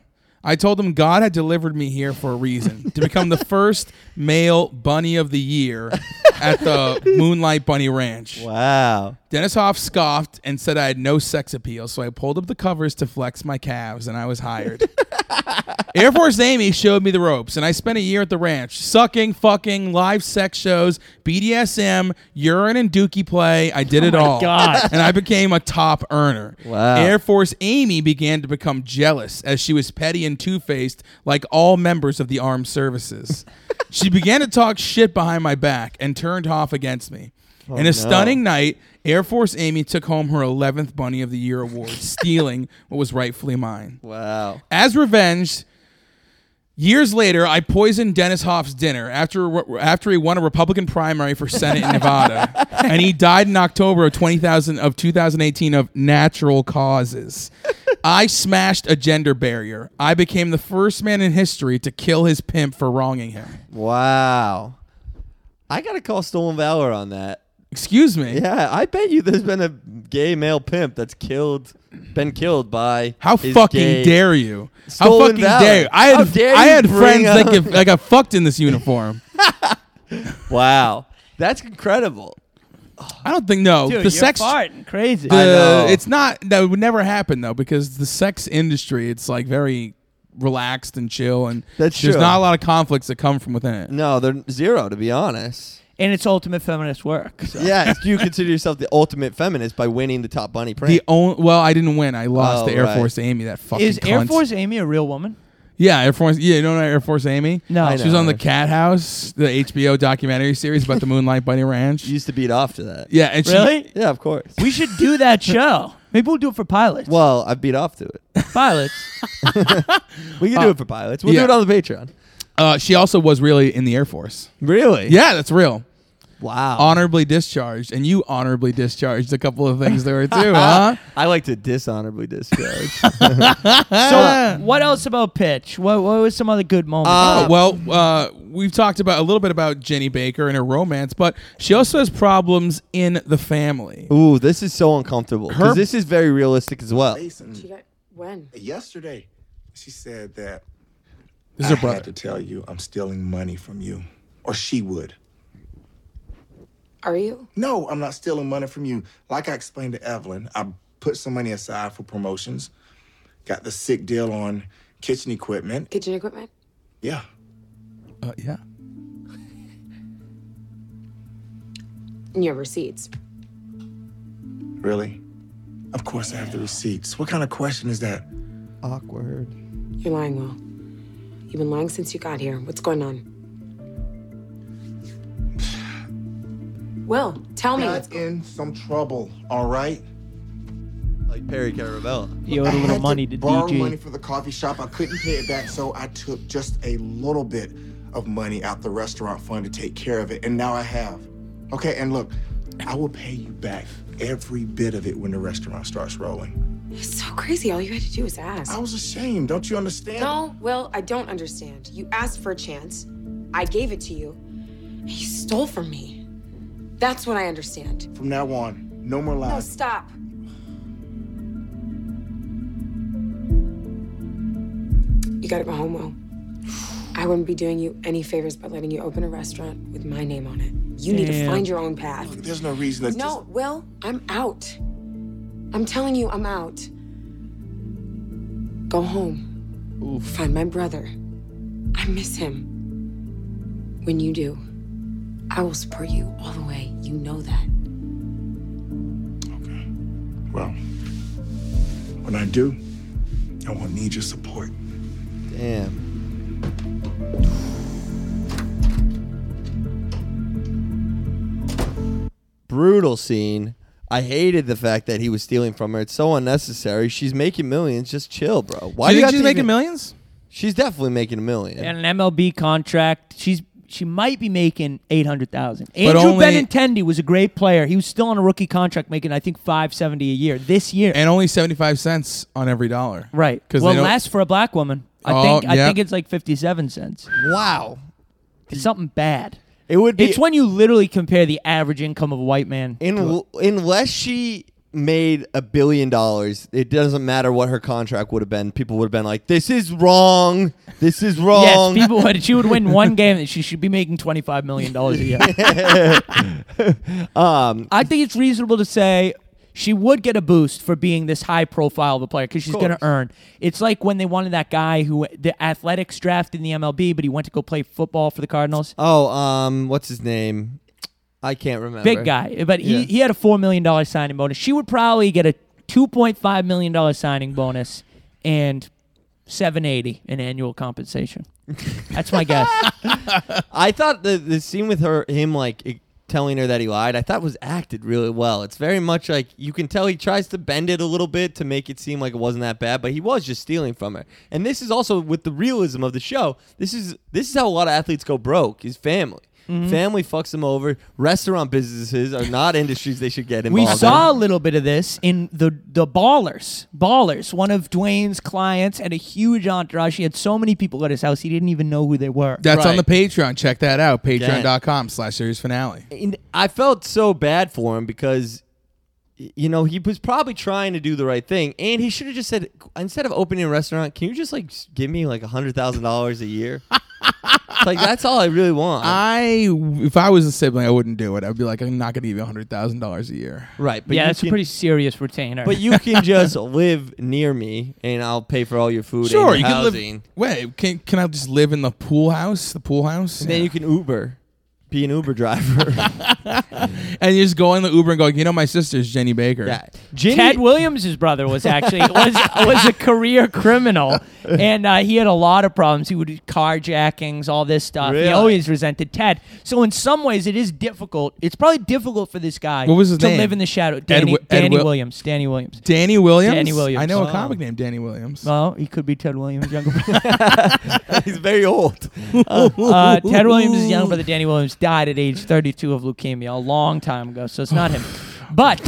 A: I told him God had delivered me here for a reason to become the first male bunny of the year at the Moonlight Bunny Ranch.
C: Wow.
A: Dennis Hoff scoffed and said I had no sex appeal, so I pulled up the covers to flex my calves and I was hired. Air Force Amy showed me the ropes, and I spent a year at the ranch sucking, fucking, live sex shows, BDSM, urine and dookie play. I did it all. <laughs>
B: God.
A: And I became a top earner.
C: Wow.
A: Air Force Amy began to become jealous as she was petty and two faced, like all members of the armed
C: <laughs>
A: services. she began to talk shit behind my back and turned Hoff against me. In a
C: Oh, no.
A: stunning night, Air Force Amy took home her 11th Bunny of the Year award,
C: <laughs>
A: stealing what was rightfully mine.
C: Wow.
A: As revenge, years later, I poisoned Dennis Hoff's dinner after after he won a Republican primary for Senate in
C: <laughs>
A: Nevada, and he died in October of 20,000 of 2018 of natural causes. I smashed a gender barrier. I became the first man in history to kill his pimp for wronging him.
C: Wow. I gotta call Stolen Valor on that.
A: Excuse me.
C: Yeah, I bet you there's been a gay male pimp that's killed, been killed by
A: How
C: his
A: fucking
C: gay-
A: dare you? How
C: Stolen
A: fucking
C: valor.
A: dare you? I
C: How
A: had
C: dare
A: I
C: you
A: had
C: bring
A: friends that
C: up-
A: get, that got fucked in this uniform.
C: Wow, that's incredible.
A: I don't think no.
B: Dude,
A: the
B: you're
A: sex
B: farting crazy.
C: I
A: the
C: know.
A: Uh, it's not that would never happen though because the sex industry it's like very relaxed and chill and
C: That's
A: there's
C: true.
A: not a lot of conflicts that come from within it.
C: No, they're zero to be honest.
B: and it's ultimate feminist work. so.
C: Yeah, <laughs> you consider yourself the ultimate feminist by winning the top bunny prank.
A: The only well, I didn't win. I lost
C: Oh,
A: to Air
C: right.
A: Force Amy. That fucking
B: Is Air
A: cunt.
B: Force Amy a real woman?
A: Yeah, Air Force. Yeah, you know Air Force Amy.
B: No. I
A: she was
C: know
A: on the
C: her.
A: Cat House, the HBO documentary series about
C: <laughs>
A: the Moonlight Bunny Ranch.
C: you used to beat off to that.
A: yeah, and she,
B: Really?
C: Yeah, of course.
B: we should do that show. <laughs> Maybe we'll do it for pilots.
C: Well, I beat off to it.
B: Pilots.
C: We can do it for pilots. We'll
A: Uh, yeah.
C: do it on the Patreon.
A: uh, she also was really in the Air Force.
C: Really?
A: Yeah, that's real.
C: Wow.
A: Honorably discharged, and you honorably discharged a couple of things there
C: <laughs>
A: too, huh?
C: I like to
A: <laughs>
C: dishonorably <laughs> discharge.
B: so what else about pitch? What what was some other good moments?
A: Oh,
C: Uh,
A: well, uh, we've talked about a little bit about Jenny Baker and her romance, but she also has problems in the family.
C: Ooh, this is so uncomfortable.
A: Her-
C: Because this is very realistic as well.
D: Mason,
E: She got when?
D: yesterday, she said that
A: This is her
D: I had
A: brother.
D: to tell you I'm stealing money from you, or she would.
E: Are you?
D: No, I'm not stealing money from you. Like I explained to Evelyn, I put some money aside for promotions, got the sick deal on kitchen equipment.
E: Kitchen equipment?
D: Yeah.
A: Uh, yeah.
E: And your receipts.
D: Really? Of course I have the receipts. What kind of question is that?
C: Awkward.
E: You're lying, Will. You've been lying since you got here. What's going on? Will, tell me.
D: Got in some trouble, all right?
C: Like Perry Caravella.
B: you owed a
D: I
B: little
D: had
B: money to
D: to borrow
B: DG.
D: money for the coffee shop. I couldn't pay it back, so I took just a little bit of money out the restaurant fund to take care of it, and now I have. Okay, and look, I will pay you back every bit of it when the restaurant starts rolling.
E: It's so crazy. All you had to do was
D: I
E: ask.
D: was ashamed. Don't you understand?
E: No, Will, I don't understand. You asked for a chance. I gave it to you. And you stole from me. That's what I understand.
D: From now on, no more
E: No,
D: lies.
E: Oh, stop. You got it wrong, Will. I wouldn't be doing you any favors by letting you open a restaurant with my name on it. You need to
B: Damn.
E: find your own path.
D: There's no reason to
E: No,
D: just.
E: Will, I'm out. I'm telling you, I'm out. go home, find my brother. I miss him. When you do, I will support you all the way. You know that.
D: Well, when I do, I will need your support.
C: Damn. Brutal scene. I hated the fact that he was stealing from her. It's so unnecessary. She's making millions. Just chill, bro. Why
A: Do you think
C: have to
A: she's making
C: even-
A: millions?
C: She's definitely making a million.
B: and an MLB contract. She's she might be making eight hundred thousand.
A: But
B: Andrew
A: only-
B: Benintendi was a great player. He was still on a rookie contract, making I think five seventy a year this year.
A: And only 75 cents on every dollar.
B: right.
A: Because
B: well,
A: they don't-
B: less for a black woman. I
A: Oh,
B: think I
A: yeah.
B: think it's like fifty seven cents.
C: wow.
B: It's something bad.
C: It would be
B: It's when you literally compare the average income of a white man.
C: In, unless she made a billion dollars, it doesn't matter what her contract would have been. People would have been like, "This is wrong. This is
B: yes,
C: wrong."
B: people would. She
C: <laughs>
B: would win one game, and she should be making twenty five million dollars a year.
C: um,
B: I think it's reasonable to say she would get a boost for being this high profile of a player because she's going to earn. It's like when they wanted that guy who the athletics draft in the MLB, but he went to go play football for the Cardinals.
C: oh, um, what's his name? I can't remember.
B: Big guy, but he,
C: Yeah.
B: he had a four million dollar signing bonus. She would probably get a two point five million dollar signing bonus and seven eighty in annual compensation. That's my guess.
C: I thought the the scene with her, him like i- telling her that he lied, I thought was acted really well. It's very much like you can tell he tries to bend it a little bit to make it seem like it wasn't that bad, but he was just stealing from her. And this is also with the realism of the show. This is this is how a lot of athletes go broke. Is family.
B: Mm-hmm.
C: Family fucks them over. Restaurant businesses are not industries they should get
B: We
C: involved.
B: saw a
C: in.
B: little bit of this in the the Ballers. Ballers, one of Dwayne's clients, and a huge entourage. He had so many people at his house, he didn't even know who they were.
A: That's on
C: Right.
A: the Patreon. Check that out.
C: Damn.
A: Patreon.com slash series finale.
C: And I felt so bad for him because, y- you know, he was probably trying to do the right thing, and he should have just said, instead of opening a restaurant, can you just like s- give me like a hundred thousand dollars a year? It's like that's all I really want.
A: Uh, I, if I was a sibling, I wouldn't do it. I'd be like, I'm not going to give you $100,000 a year.
C: right, but
B: yeah,
C: you
B: that's
C: can,
B: a pretty serious
C: <laughs>
B: retainer.
C: But you can just live near me, and I'll pay for all your food. and
A: Sure,
C: your
A: you can
C: housing.
A: live. Wait, can, can I just live in the pool house? The pool house?
C: And then you can Uber, be an Uber driver.
A: and you just go in the Uber and go, you know, my sister's Jenny Baker.
C: yeah, Ginny,
B: Ted
C: <laughs>
B: Williams' brother was <laughs> actually was was a career criminal, and uh, he had a lot of problems. He would do carjackings, all this stuff.
C: Really?
B: He always resented Ted. So in some ways, it is difficult. It's probably difficult for this guy
A: What was his
B: to
A: name?
B: live in the shadow. Danny,
A: Wi- Ed
B: Danny
A: Wil-
B: Williams. Danny Williams.
A: Danny Williams?
B: Danny Williams.
A: I know
B: Oh.
A: a comic named Danny Williams.
B: Well, he could be Ted Williams' younger brother.
C: he's very old.
B: Uh, Ted Williams' young brother Danny Williams died at age 32 of leukemia a long time ago, so it's
A: <sighs>
B: not him. But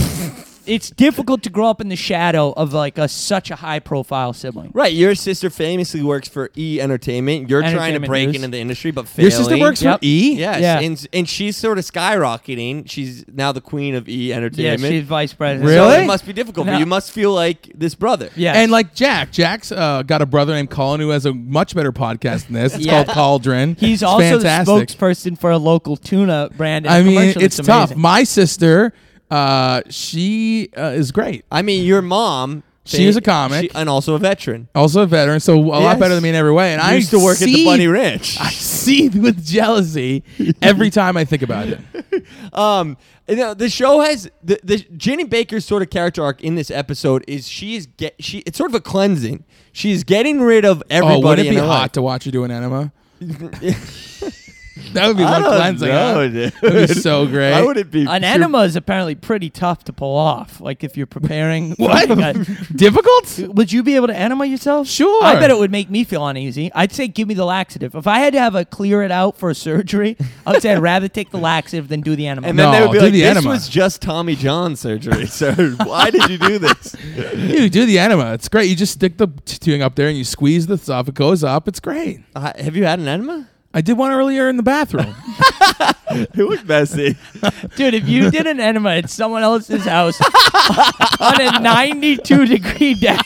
B: it's difficult to grow up in the shadow of like a such a high profile sibling.
C: Right, your sister famously works for E Entertainment. You're trying to
B: Entertainment
C: break
B: News.
C: into the industry, but failing.
A: Your sister works
B: Yep.
A: for E?
C: Yes,
B: Yeah.
C: and and she's sort of skyrocketing. She's now the queen of E
B: Yeah,
C: Entertainment.
B: she's vice president.
C: So
A: Really?
C: it must be difficult.
B: No.
C: But you must feel like this brother.
B: Yeah.
A: And like Jack, Jack's uh, got a brother named Colin who has a much better podcast than this. It's
B: Yeah.
A: called Cauldron. It's
B: he's also
A: fantastic.
B: the spokesperson for a local tuna brand. and
A: I mean,
B: commercial.
A: it's tough.
B: amazing.
A: My sister, uh, she uh, is great.
C: I mean, your mom.
A: She is a comic.
C: and also a veteran.
A: Also a veteran, so a lot
C: Yes.
A: better than me in every way. And I
C: I used to work at the
A: seethe- <laughs>
C: Bunny Ranch.
A: I seethe with jealousy every time I think about it.
C: Um, you know, the show has the, the Jenny Baker's sort of character arc in this episode is she is get she it's sort of a cleansing. She's getting rid of everybody.
A: oh, would it
C: in
A: be
C: her
A: hot
C: life.
A: to watch her do an enema? that would be
C: I
A: one
C: don't
A: cleansing. huh?
C: know, Oh, dude.
A: That'd be so great.
C: <laughs> How would it be?
B: An enema is apparently pretty tough to pull off. Like if you're preparing,
A: <laughs> <laughs> What?
B: like a-
A: Difficult?
C: <laughs>
B: Would you be able to enema yourself?
A: Sure.
B: I bet it would make me feel uneasy. I'd say give me the laxative. If I had to have a clear it out for a surgery, I would say I'd rather take the laxative than do the enema.
C: And then they
A: No,
C: would be
A: do
C: like,
A: the
C: "This
A: enema."
C: was just Tommy John surgery, sir. <laughs> Why did you do this?"
A: You do the enema. It's great. You just stick the thing up there and you squeeze the stuff. It goes up. It's great.
C: <laughs> Uh, have you had an enema?
A: I did one earlier in the
C: <laughs>
A: bathroom.
C: It was messy.
B: Dude, if you did an enema at someone else's house <laughs> on a 92 degree day,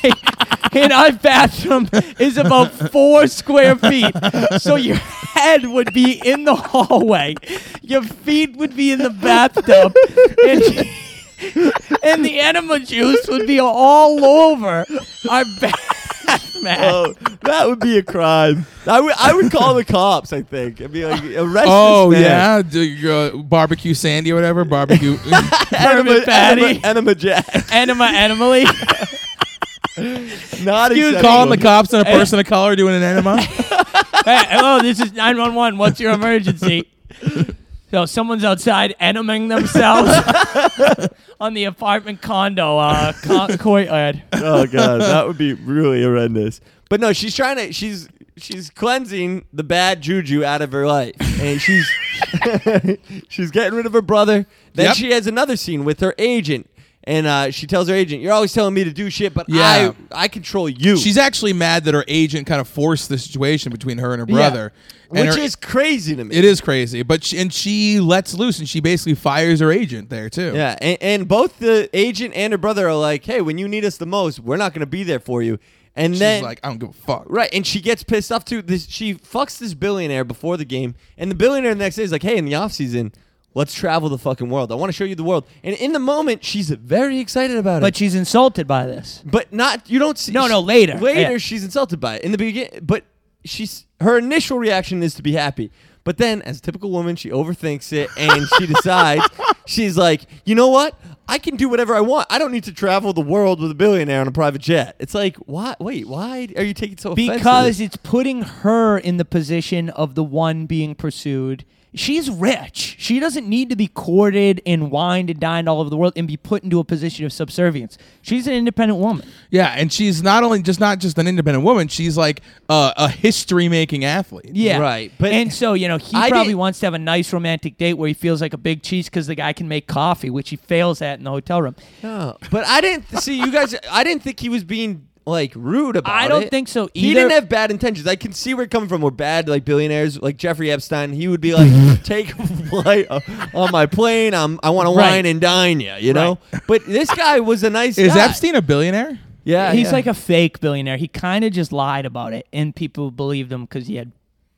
B: and our bathroom is about four square feet, so your head would be in the hallway, your feet would be in the bathtub, <laughs> and, and the enema juice would be all over our bathroom. Matt.
C: Oh, that would be a crime. I would I would call the cops. I think. I'd be like, arrest
A: Oh
C: this man.
A: yeah, D- uh, barbecue Sandy or whatever.
C: <laughs>
A: Barbecue.
C: Enema,
B: Herman
C: enema,
B: Fatty.
C: enema Jack.
A: Eh,
B: Enema, Emily.
C: Not
B: Excuse-
C: acceptable.
A: Calling the cops on a person of color doing an
C: <laughs>
A: enema.
B: hey, hello, this is 911. What's your emergency? So someone's outside eneming themselves <laughs> on the apartment condo uh, co- courtyard.
C: oh god, that would be really horrendous. But no, she's trying to. She's she's cleansing the bad juju out of her life, and she's <laughs> she's getting rid of her brother. Then
A: Yep.
C: she has another scene with her agent, and uh, she tells her agent, "You're always telling me to do shit, but
A: Yeah.
C: I I control you."
A: She's actually mad that her agent kind of forced the situation between her and her brother. And
C: which
A: her-
C: is crazy to me.
A: it is crazy, but she, and she lets loose and she basically fires her agent there too.
C: Yeah, and, and both the agent and her brother are like, "Hey, when you need us the most, we're not going to be there for you." And
A: She's
C: then
A: like, I don't give a fuck.
C: Right, and she gets pissed off too. This she fucks this billionaire before the game, and the billionaire the next day is like, "Hey, in the off season, let's travel the fucking world. I want to show you the world." And in the moment, she's very excited about
B: But
C: it.
B: she's insulted by this.
C: But not you don't see.
B: No, no, later.
C: Later,
B: Yeah.
C: she's insulted by it. In the beginning, but she's her initial reaction is to be happy. But then, as a typical woman, she overthinks it and
B: <laughs>
C: she decides she's like, you know what? I can do whatever I want. I don't need to travel the world with a billionaire on a private jet. It's like, why? Wait, why are you taking so? offense to this?
B: Because it's putting her in the position of the one being pursued. She's rich. She doesn't need to be courted and wined and dined all over the world and be put into a position of subservience. She's an independent woman.
A: Yeah, and she's not only just not just an independent woman; she's like uh, a history making athlete.
B: Yeah.
C: Right, but-
B: and so, you know, he
C: I
B: probably
C: didn't-
B: wants to have a nice romantic date where he feels like a big cheese because the guy can make coffee, which he fails at in the hotel room.
C: No, but I didn't see you guys. I didn't think he was being like rude about it.
B: I don't think so
C: He
B: either.
C: didn't have bad intentions. I can see where it coming from. We're bad, like billionaires, like Jeffrey Epstein. He would be
B: <laughs>
C: like, "Take a flight uh, on my plane. I'm, I want to
B: Right.
C: wine and dine you," you know. But this guy was a nice.
A: Is
C: guy.
A: Epstein a billionaire?
C: Yeah,
B: He's
C: yeah.
B: like a fake billionaire. He kind of just lied about it, and people believed him because he had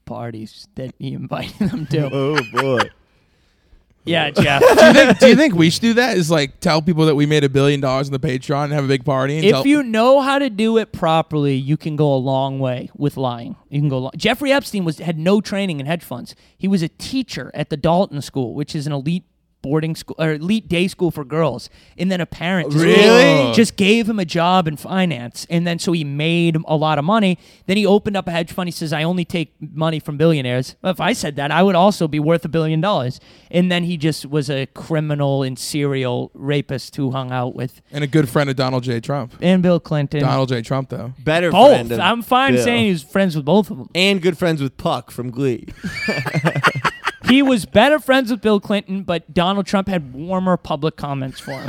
B: parties that he invited
C: <laughs>
B: them to.
C: Oh boy.
B: yeah, Jeff.
A: Do you, think, do you think we should do that? Is like tell people that we made a billion dollars in the Patreon and have a big party. And
B: if
A: tell-
B: you know how to do it properly, you can go a long way with lying. You can go. Lo- Jeffrey Epstein was had no training in hedge funds. He was a teacher at the Dalton School, which is an elite boarding school or elite day school for girls. And then a parent just
C: Really?
B: just gave him a job in finance, and then so he made a lot of money. Then he opened up a hedge fund. He says, "I only take money from billionaires." Well, if I said that, I would also be worth a billion dollars. And then he just was a criminal and serial rapist who hung out with
A: and a good friend of Donald J. Trump.
B: and Bill Clinton.
A: Donald J. Trump, though.
C: Better friend
B: both.
C: of
B: I'm fine
C: Bill.
B: saying he was friends with both of them.
C: and good friends with Puck from Glee.
B: He was better friends with Bill Clinton, but Donald Trump had warmer public comments
C: <laughs>
B: for him.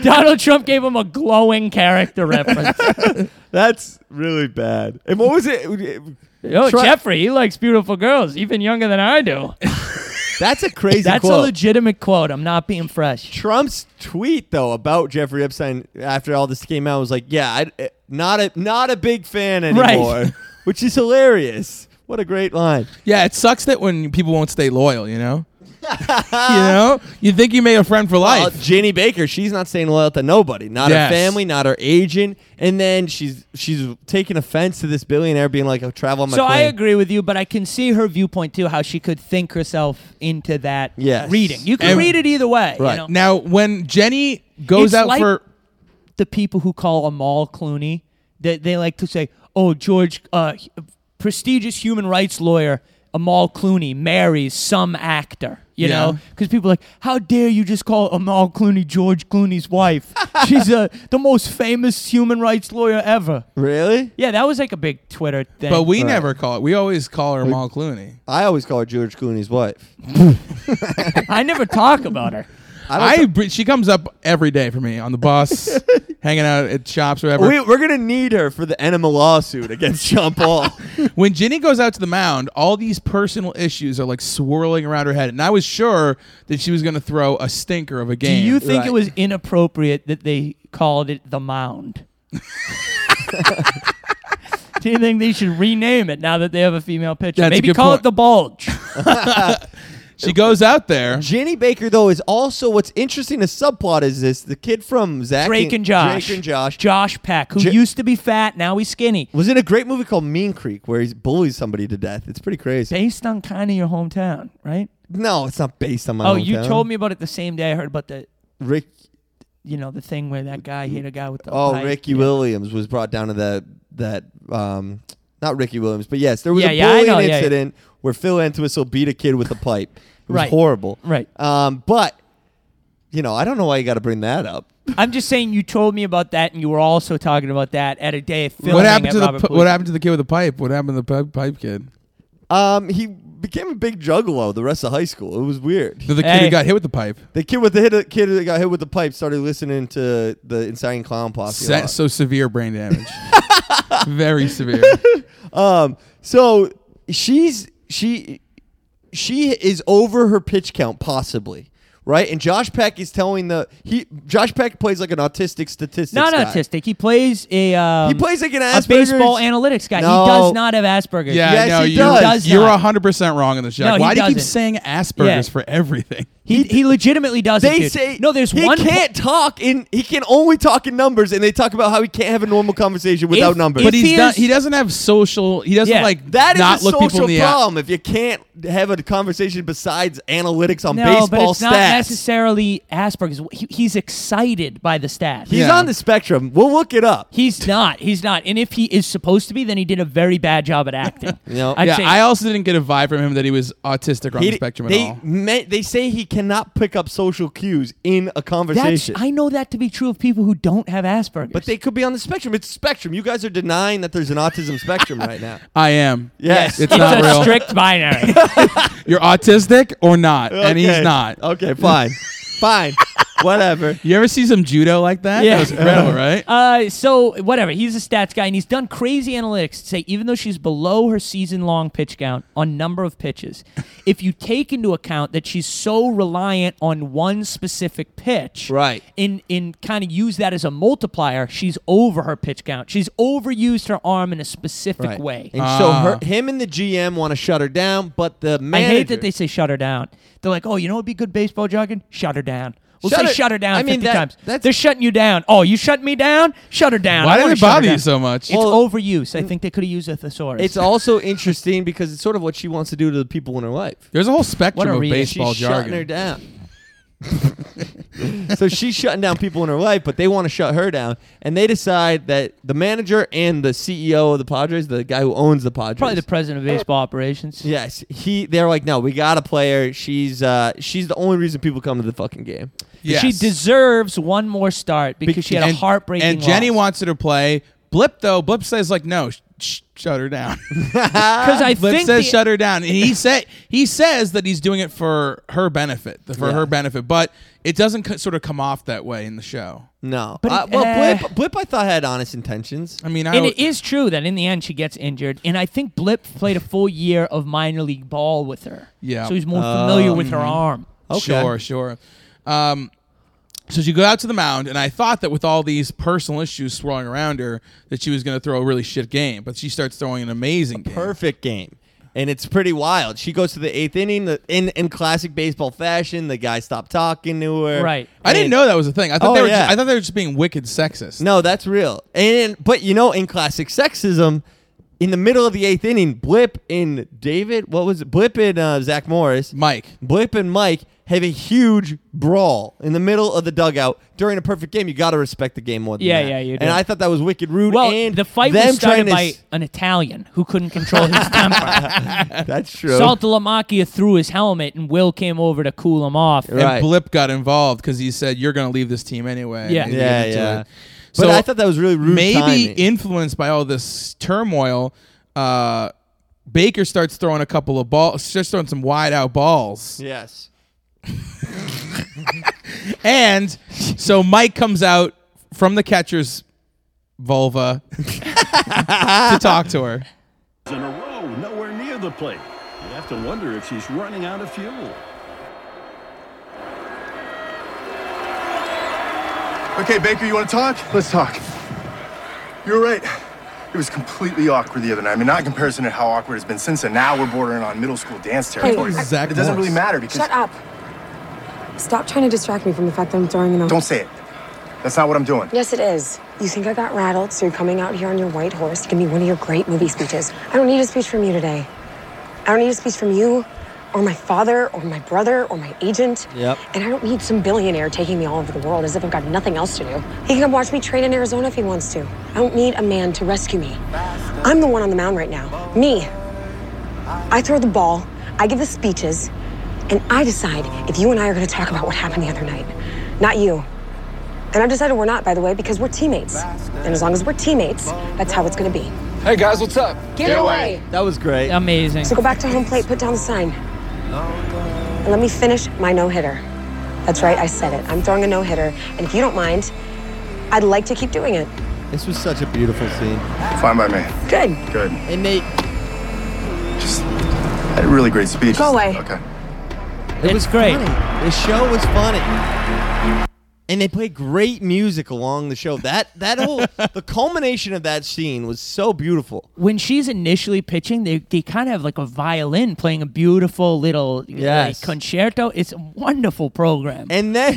B: Donald Trump gave him a glowing character
C: <laughs>
B: reference.
C: <laughs> That's really bad. And what was it?
B: Oh,
C: Try-
B: Jeffrey, he likes beautiful girls, even younger than I do.
C: That's a crazy.
B: That's a
C: quote.
B: legitimate quote. I'm not being fresh.
C: Trump's tweet though about Jeffrey Epstein after all this came out was like, yeah, I, eh, not a not a big fan anymore, <laughs>
B: Right.
C: which is hilarious. What a great line!
A: Yeah, it sucks that when people won't stay loyal. You
B: <laughs>
A: know. you know, you think you made a friend for
C: Uh,
A: life.
C: Jenny Baker, she's not saying loyal to nobody, not
A: Yes.
C: her family, not her agent, and then she's she's taking offense to this billionaire being like, "I'll travel on my
B: So I
C: plane."
B: agree with you, but I can see her viewpoint too, how she could think herself into that
C: Yes.
B: reading. You can
A: And-
B: read it either way. you
C: Right.
B: know?
A: now, when Jenny goes
B: It's
A: out
B: like-
A: for
B: the people who call Amal Clooney, they, they like to say, oh, George, uh, h- prestigious human rights lawyer Amal Clooney marries some actor, you
A: Yeah.
B: know? Because people are like, how dare you just call Amal Clooney George Clooney's wife? She's uh, the most famous human rights lawyer ever.
C: Really?
B: Yeah, that was like a big Twitter thing.
A: But we never call it. We always call her Mal Clooney.
C: I always call her George Clooney's wife.
B: I never talk about her.
A: I, br- she comes up every day for me on the bus, hanging out at shops or whatever.
C: We, we're gonna need her for the enema lawsuit against Sean <laughs> Paul.
A: when Ginny goes out to the mound, all these personal issues are like swirling around her head, and I was sure that she was going to throw a stinker of a
B: Do
A: game.
B: you think
C: Right.
B: it was inappropriate that they called it the mound? Do you think they should rename it now that they have a female pitcher?
A: That's a
B: Maybe
A: good
B: call
A: point.
B: it the bulge.
A: She goes out there.
C: Jenny Baker, though, is also what's interesting. The subplot is this: the kid from Zach
B: Drake and Josh.
C: Drake and Josh.
B: Josh Peck, who
C: J-
B: used to be fat, now he's skinny.
C: was in a great movie called Mean Creek, where he bullies somebody to death. It's pretty crazy.
B: Based on kind of your hometown, right?
C: No, it's not based on my.
B: Oh, you
C: hometown.
B: told me about it the same day I heard about the,
C: Rick.
B: you know, the thing where that guy hit a guy with the.
C: Oh,
B: pipe.
C: Ricky Williams was brought down to that that um, not Ricky Williams, but yes, there was
B: Yeah,
C: a
B: yeah, I
C: bullying
B: know, yeah, yeah.
C: incident where Phil Entwistle beat a kid with a pipe. It was
B: Right.
C: horrible.
B: Right.
C: Um, but you know, I don't know why you got to bring that up.
B: I'm just saying you told me about that, and you were also talking about that at a day of filming
A: What happened
B: at
A: to the
B: Robert
A: pi-
B: Boyd.
A: What happened to the kid with the pipe? What happened to the pipe, pipe kid?
C: Um, he became a big juggalo the rest of high school. It was weird.
A: The, the kid
B: Hey.
A: who got hit with the pipe.
C: The kid with the hit, kid that got hit with the pipe started listening to the Insane Clown Posse. a
A: Se-
C: lot.
A: so severe brain damage. Very severe.
C: Um, so she's she she is over her pitch count possibly, right? And Josh Peck is telling the he Josh Peck plays like an autistic statistics.
B: Not
C: guy.
B: autistic. He plays a. Um,
C: He plays like an
B: a baseball
C: Asperger's-
B: analytics guy.
C: No.
B: He does not have Asperger's.
A: Yeah,
C: Yes,
A: no,
C: he
A: you're,
B: does.
A: you're
B: Does not.
A: 100% wrong on the show.
B: No, he
A: Why do you keep
B: doesn't.
A: saying Asperger's
B: Yeah.
A: for everything?
B: He, he legitimately doesn't.
C: They
B: dude.
C: say
B: no. There's
C: he
B: one.
C: can't talk in he can only talk in numbers, and they talk about how he can't have a normal conversation without
B: If-
C: numbers.
B: if
A: But he's
B: he
A: not,
B: is-
A: he doesn't have social. He doesn't
B: Yeah.
A: like
C: that is
A: not
C: a
A: look people
C: social
A: in the eye.
C: problem if you can't have a conversation besides analytics on
B: no,
C: baseball
B: but it's
C: stats.
B: not necessarily Asperger's. He, he's excited by the stats.
C: He's
A: Yeah.
C: on the spectrum. We'll look it up.
B: He's not. He's not. And if he is supposed to be, then he did a very bad job
C: <laughs>
B: at acting.
C: No.
B: I'd
A: yeah,
B: say-
A: I also didn't get a vibe from him that he was autistic or on
C: He-
A: the spectrum at
C: they,
A: all.
C: me- they say he cannot pick up social cues in a
B: that's,
C: conversation.
B: I know that to be true of people who don't have Asperger's.
C: but they could be on the spectrum. It's spectrum. You guys are denying that there's an autism spectrum right now.
A: I am.
C: Yes.
A: it's,
B: it's
A: not
B: a
A: real.
C: <laughs>
B: strict binary.
A: You're autistic or not, <laughs> and he's
C: Okay. Oh.
A: not. <laughs>
C: Okay, fine. fine. Whatever.
A: You ever see some judo like that?
B: Yeah.
A: That was incredible, right?
B: Uh, so whatever. He's a stats guy, and he's done crazy analytics to say even though she's below her season-long pitch count on number
C: <laughs>
B: of pitches, if you take into account that she's so reliant on one specific pitch,
C: Right.
B: In in kind of use that as a multiplier, she's over her pitch count. She's overused her arm in a specific
C: Right.
B: way.
C: And so her,
A: Ah.
C: him and the GM want to shut her down, but the
B: I
C: manager.
B: hate that they say shut her down. They're like, oh, you know what'd be good baseball jargon? Shut her down. We'll
C: Shut
B: say
C: her-
B: shut her down
C: I mean,
B: 50
C: that-
B: times.
C: that's-
B: They're shutting you down. Oh, you shut me down? Shut her down.
A: Why
B: I
A: did
B: wanna
A: it
B: shut her
A: bother you
B: down."
A: so much?
B: It's
C: Well-
B: overuse. I think they could have used a thesaurus.
A: <laughs>
C: It's also interesting because it's sort of what she wants to do to the people in her life.
A: There's a whole
B: What
A: spectrum
B: a
A: of
B: read.
A: baseball
C: she's
A: jargon.
C: shutting her down. so she's shutting down <laughs> people in her life, but they want to shut her down, and they decide that the manager and the CEO of the Padres, the guy who owns the Padres,
B: probably the president of baseball operations.
C: yes, he. They're like, no, we got to play her. She's uh, she's the only reason people come to the fucking game.
A: Yes.
B: She deserves one more start because she had a
A: and,
B: heartbreaking
A: And Jenny
B: loss.
A: wants her to play. Blip though, Blip says like no, sh- sh- shut her down.
B: because I
A: Blip
B: think
A: says
B: the-
A: shut her down, and
C: <laughs>
A: he said he says that he's doing it for her benefit, for her benefit. But it doesn't co- sort of come off that way in the show.
C: No,
B: But
C: Uh,
B: it-
C: well,
B: eh.
C: Blip, Blip, I thought had honest intentions.
A: I mean, I
B: And
A: don't-
B: it is true that in the end she gets injured, and I think Blip played a full year of minor league ball with her.
A: Yeah.
B: so he's more familiar with her
C: Um,
B: arm.
C: Okay.
A: Sure, sure. Um, so she go out to the mound, and I thought that with all these personal issues swirling around her, that she was going to throw a really shit game. But she starts throwing an amazing game.
C: perfect game. And it's pretty wild. She goes to the eighth inning the, in in classic baseball fashion. The guy stopped talking to her.
B: Right.
A: I didn't
C: And-
A: know that was a thing. I thought
C: Oh,
A: they were.
C: yeah.
A: Just, I thought they were just being wicked sexist.
C: No, that's real. And but you know, in classic sexism, in the middle of the eighth inning, Blip and David, what was it? Blip and uh, Zach Morris,
A: Mike.
C: Blip and Mike have a huge brawl in the middle of the dugout during a perfect game. You got to respect the game more. Than
B: Yeah,
C: that.
B: yeah, you do.
C: And I thought that was wicked rude.
B: Well,
C: and
B: the fight
C: them
B: was
C: trying
B: started
C: to
B: by
C: s-
B: an Italian who couldn't
C: <laughs>
B: control his temper.
C: that's true.
B: Saltalamacchia threw his helmet, and Will came over to cool him off.
A: And
C: Right.
A: Blip got involved because he said, "You're going to leave this team anyway." and
B: Yeah.
A: he
C: yeah,
A: gave into
C: yeah.
A: it.
C: But
A: So
C: I thought that was really rude.
A: maybe
C: timing.
A: influenced by all this turmoil, uh, Baker starts throwing a couple of balls, starts throwing some wide out balls.
C: yes.
A: And so Mike comes out from the catcher's vulva to talk to her.
F: in a row, nowhere near the plate. You have to wonder if she's running out of fuel.
D: Okay, Baker, you want to talk? Let's talk. You're right.
G: It was completely awkward the other night. I mean, not in comparison to how awkward it's been since, and now we're bordering on middle school dance territory.
A: Zach
G: it doesn't
A: Morris.
G: really matter because.
E: Shut up. Stop trying to distract me from the fact that I'm throwing an.
G: Don't say it. That's not what I'm doing.
E: Yes, it is. You think I got rattled, so you're coming out here on your white horse to give me one of your great movie speeches. I don't need a speech from you today. I don't need a speech from you, or my father, or my brother, or my agent.
C: Yep.
E: And I don't need some billionaire taking me all over the world as if I've got nothing else to do. He can come watch me train in Arizona if he wants to. I don't need a man to rescue me. I'm the one on the mound right now. Me. I throw the ball, I give the speeches, and I decide if you and I are going to talk about what happened the other night. Not you. And I've decided we're not, by the way, because we're teammates. And as long as we're teammates, that's how it's gonna be.
H: Hey guys, what's up?
E: Get, away.
C: That was great.
B: Amazing.
E: So go back to home plate, put down the sign. And let me finish my no hitter. That's right, I said it. I'm throwing a no hitter. And if you don't mind, I'd like to keep doing it.
C: This was such a beautiful scene.
G: Fine by me.
E: Good.
G: Good.
C: And they,
G: Just had a really great speech.
E: Go away.
G: Okay.
B: It's great.
C: The show was funny. And they played great music along the show. That that whole
B: <laughs>
C: the culmination of that scene was so beautiful.
B: When she's initially pitching, they, they kind of have like a violin playing a beautiful little like,
C: Yes.
B: concerto. It's a wonderful program.
C: And
B: <laughs>
C: then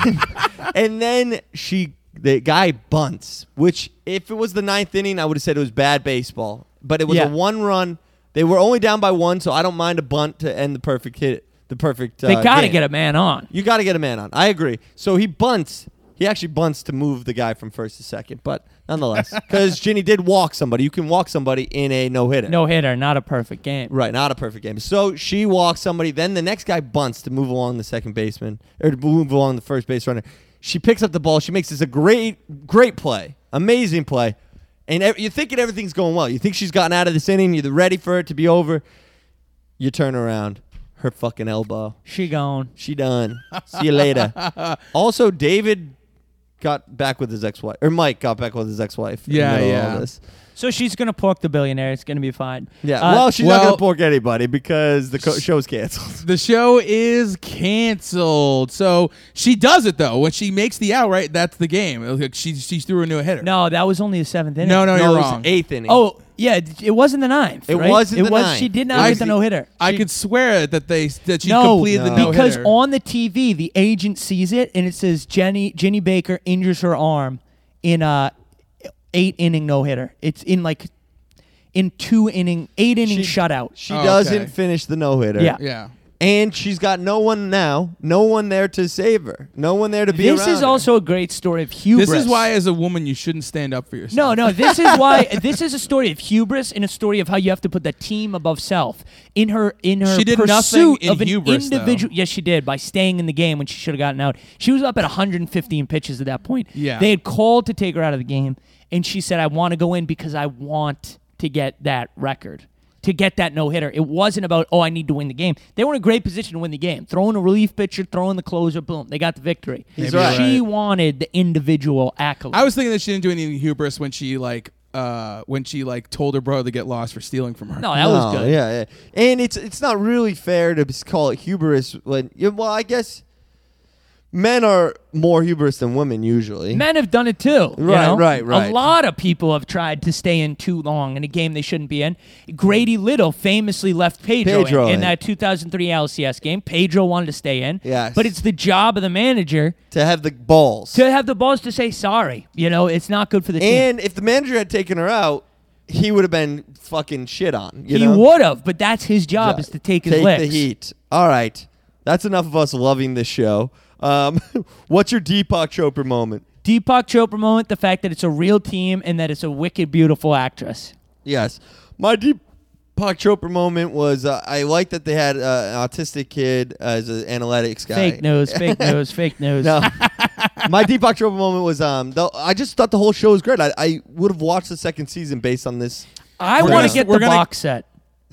C: and then she the guy bunts, which if it was the ninth inning, I would have said it was bad baseball. But it was
B: Yeah.
C: a one run. They were only down by one, so I don't mind a bunt to end the perfect hit. The perfect. Uh,
B: they got to
C: game.
B: get a man on.
C: You got to get a man on. I agree. So he bunts. He actually bunts to move the guy from first to second, but nonetheless, because Ginny did walk somebody. You can walk somebody in a no hitter.
B: No hitter, not a perfect game.
C: Right, not a perfect game. So she walks somebody. Then the next guy bunts to move along the second baseman or to move along the first base runner. She picks up the ball. She makes this a great, great play, amazing play. And ev- you're thinking everything's going well. You think she's gotten out of this inning. You're ready for it to be over. You turn around. Her fucking elbow.
B: She gone.
C: She done. See you
B: <laughs>
C: later. also, David got back with his ex-wife, or Mike got back with his ex-wife. in the
A: Yeah,
C: middle of
A: yeah.
C: all this.
B: So she's gonna pork the billionaire. It's gonna be fine.
C: Yeah.
B: Uh,
C: well, she's not
A: well-
C: gonna pork anybody because the co- show's canceled.
A: The show is canceled. So she does it though. When she makes the outright, that's the game. It was like she she threw a no hitter.
B: no, that was only the seventh inning.
A: no, no,
C: it
A: you're
C: was
A: wrong.
C: Eighth inning.
B: Oh yeah, it wasn't the ninth.
C: It
B: right?
C: wasn't
B: It
C: the
B: was.
C: ninth.
B: She did
A: I
B: not get the
A: see-
B: no hitter.
A: I could swear that they that she
B: no,
A: completed the no
B: because
A: hitter.
B: on the TV, the agent sees it and it says Jenny Jenny Baker injures her arm in a eight inning no hitter. It's in like in two inning, eight inning shutout.
C: She
A: Oh,
C: doesn't
A: okay.
C: finish the no hitter.
B: Yeah.
A: yeah.
C: And she's got no one now. No one there to save her. No one there to be
B: this
C: around
B: is
C: her.
B: also a great story of hubris.
A: This is why, as a woman, you shouldn't stand up for yourself.
B: No, no. This is why.
A: <laughs>
B: This is a story of hubris and a story of how you have to put the team above self. In her, in her
A: She did nothing
B: pursuit
A: in
B: of an
A: hubris, though.
B: individual. Yes, she did by staying in the game when she should have gotten out. She was up at 115 pitches at that point.
A: Yeah.
B: they had called to take her out of the game, and she said, "I want to go in because I want to get that record." To get that no hitter, it wasn't about oh I need to win the game. They were in a great position to win the game. Throwing a relief pitcher, throwing the closer, boom, they got the victory.
A: He's right.
B: She
A: right.
B: wanted the individual accolade.
A: I was thinking that she didn't do anything hubris when she like uh when she like told her brother to get lost for stealing from her.
B: no, that was
C: No,
B: good.
C: Yeah, yeah. And it's it's not really fair to just call it hubris when yeah, well, I guess men are more hubris than women usually.
B: Men have done it too. you
C: Right,
B: know?
C: right, right.
B: A lot of people have tried to stay in too long in a game they shouldn't be in. Grady Little famously left Pedro,
C: Pedro
B: in,
C: in.
B: in that 2003 LCS game. Pedro wanted to stay in.
C: Yes.
B: But it's the job of the manager
C: to have the balls.
B: to have the balls to say sorry. You know, it's not good for the team.
C: And if the manager had taken her out, he would have been fucking shit on. You
B: he
C: know?
B: would have, but that's his job
C: Yeah.
B: is to take his
C: take
B: licks.
C: the heat. All right, that's enough of us loving this show. Um, <laughs> what's your Deepak Chopra moment?
B: Deepak Chopra moment, the fact that it's a real team and that it's a wicked, beautiful actress.
C: Yes, my Deepak Chopra moment was uh, I like that they had uh, an autistic kid as an analytics guy.
B: Fake news,
C: <laughs>
B: fake news, fake news.
C: No. <laughs> my Deepak Chopra moment was um, the, I just thought the whole show was great. I, I would have watched the second season based on this.
B: I
A: We're
B: want
A: gonna-
B: to get
A: we're
B: the
A: gonna-
B: box set.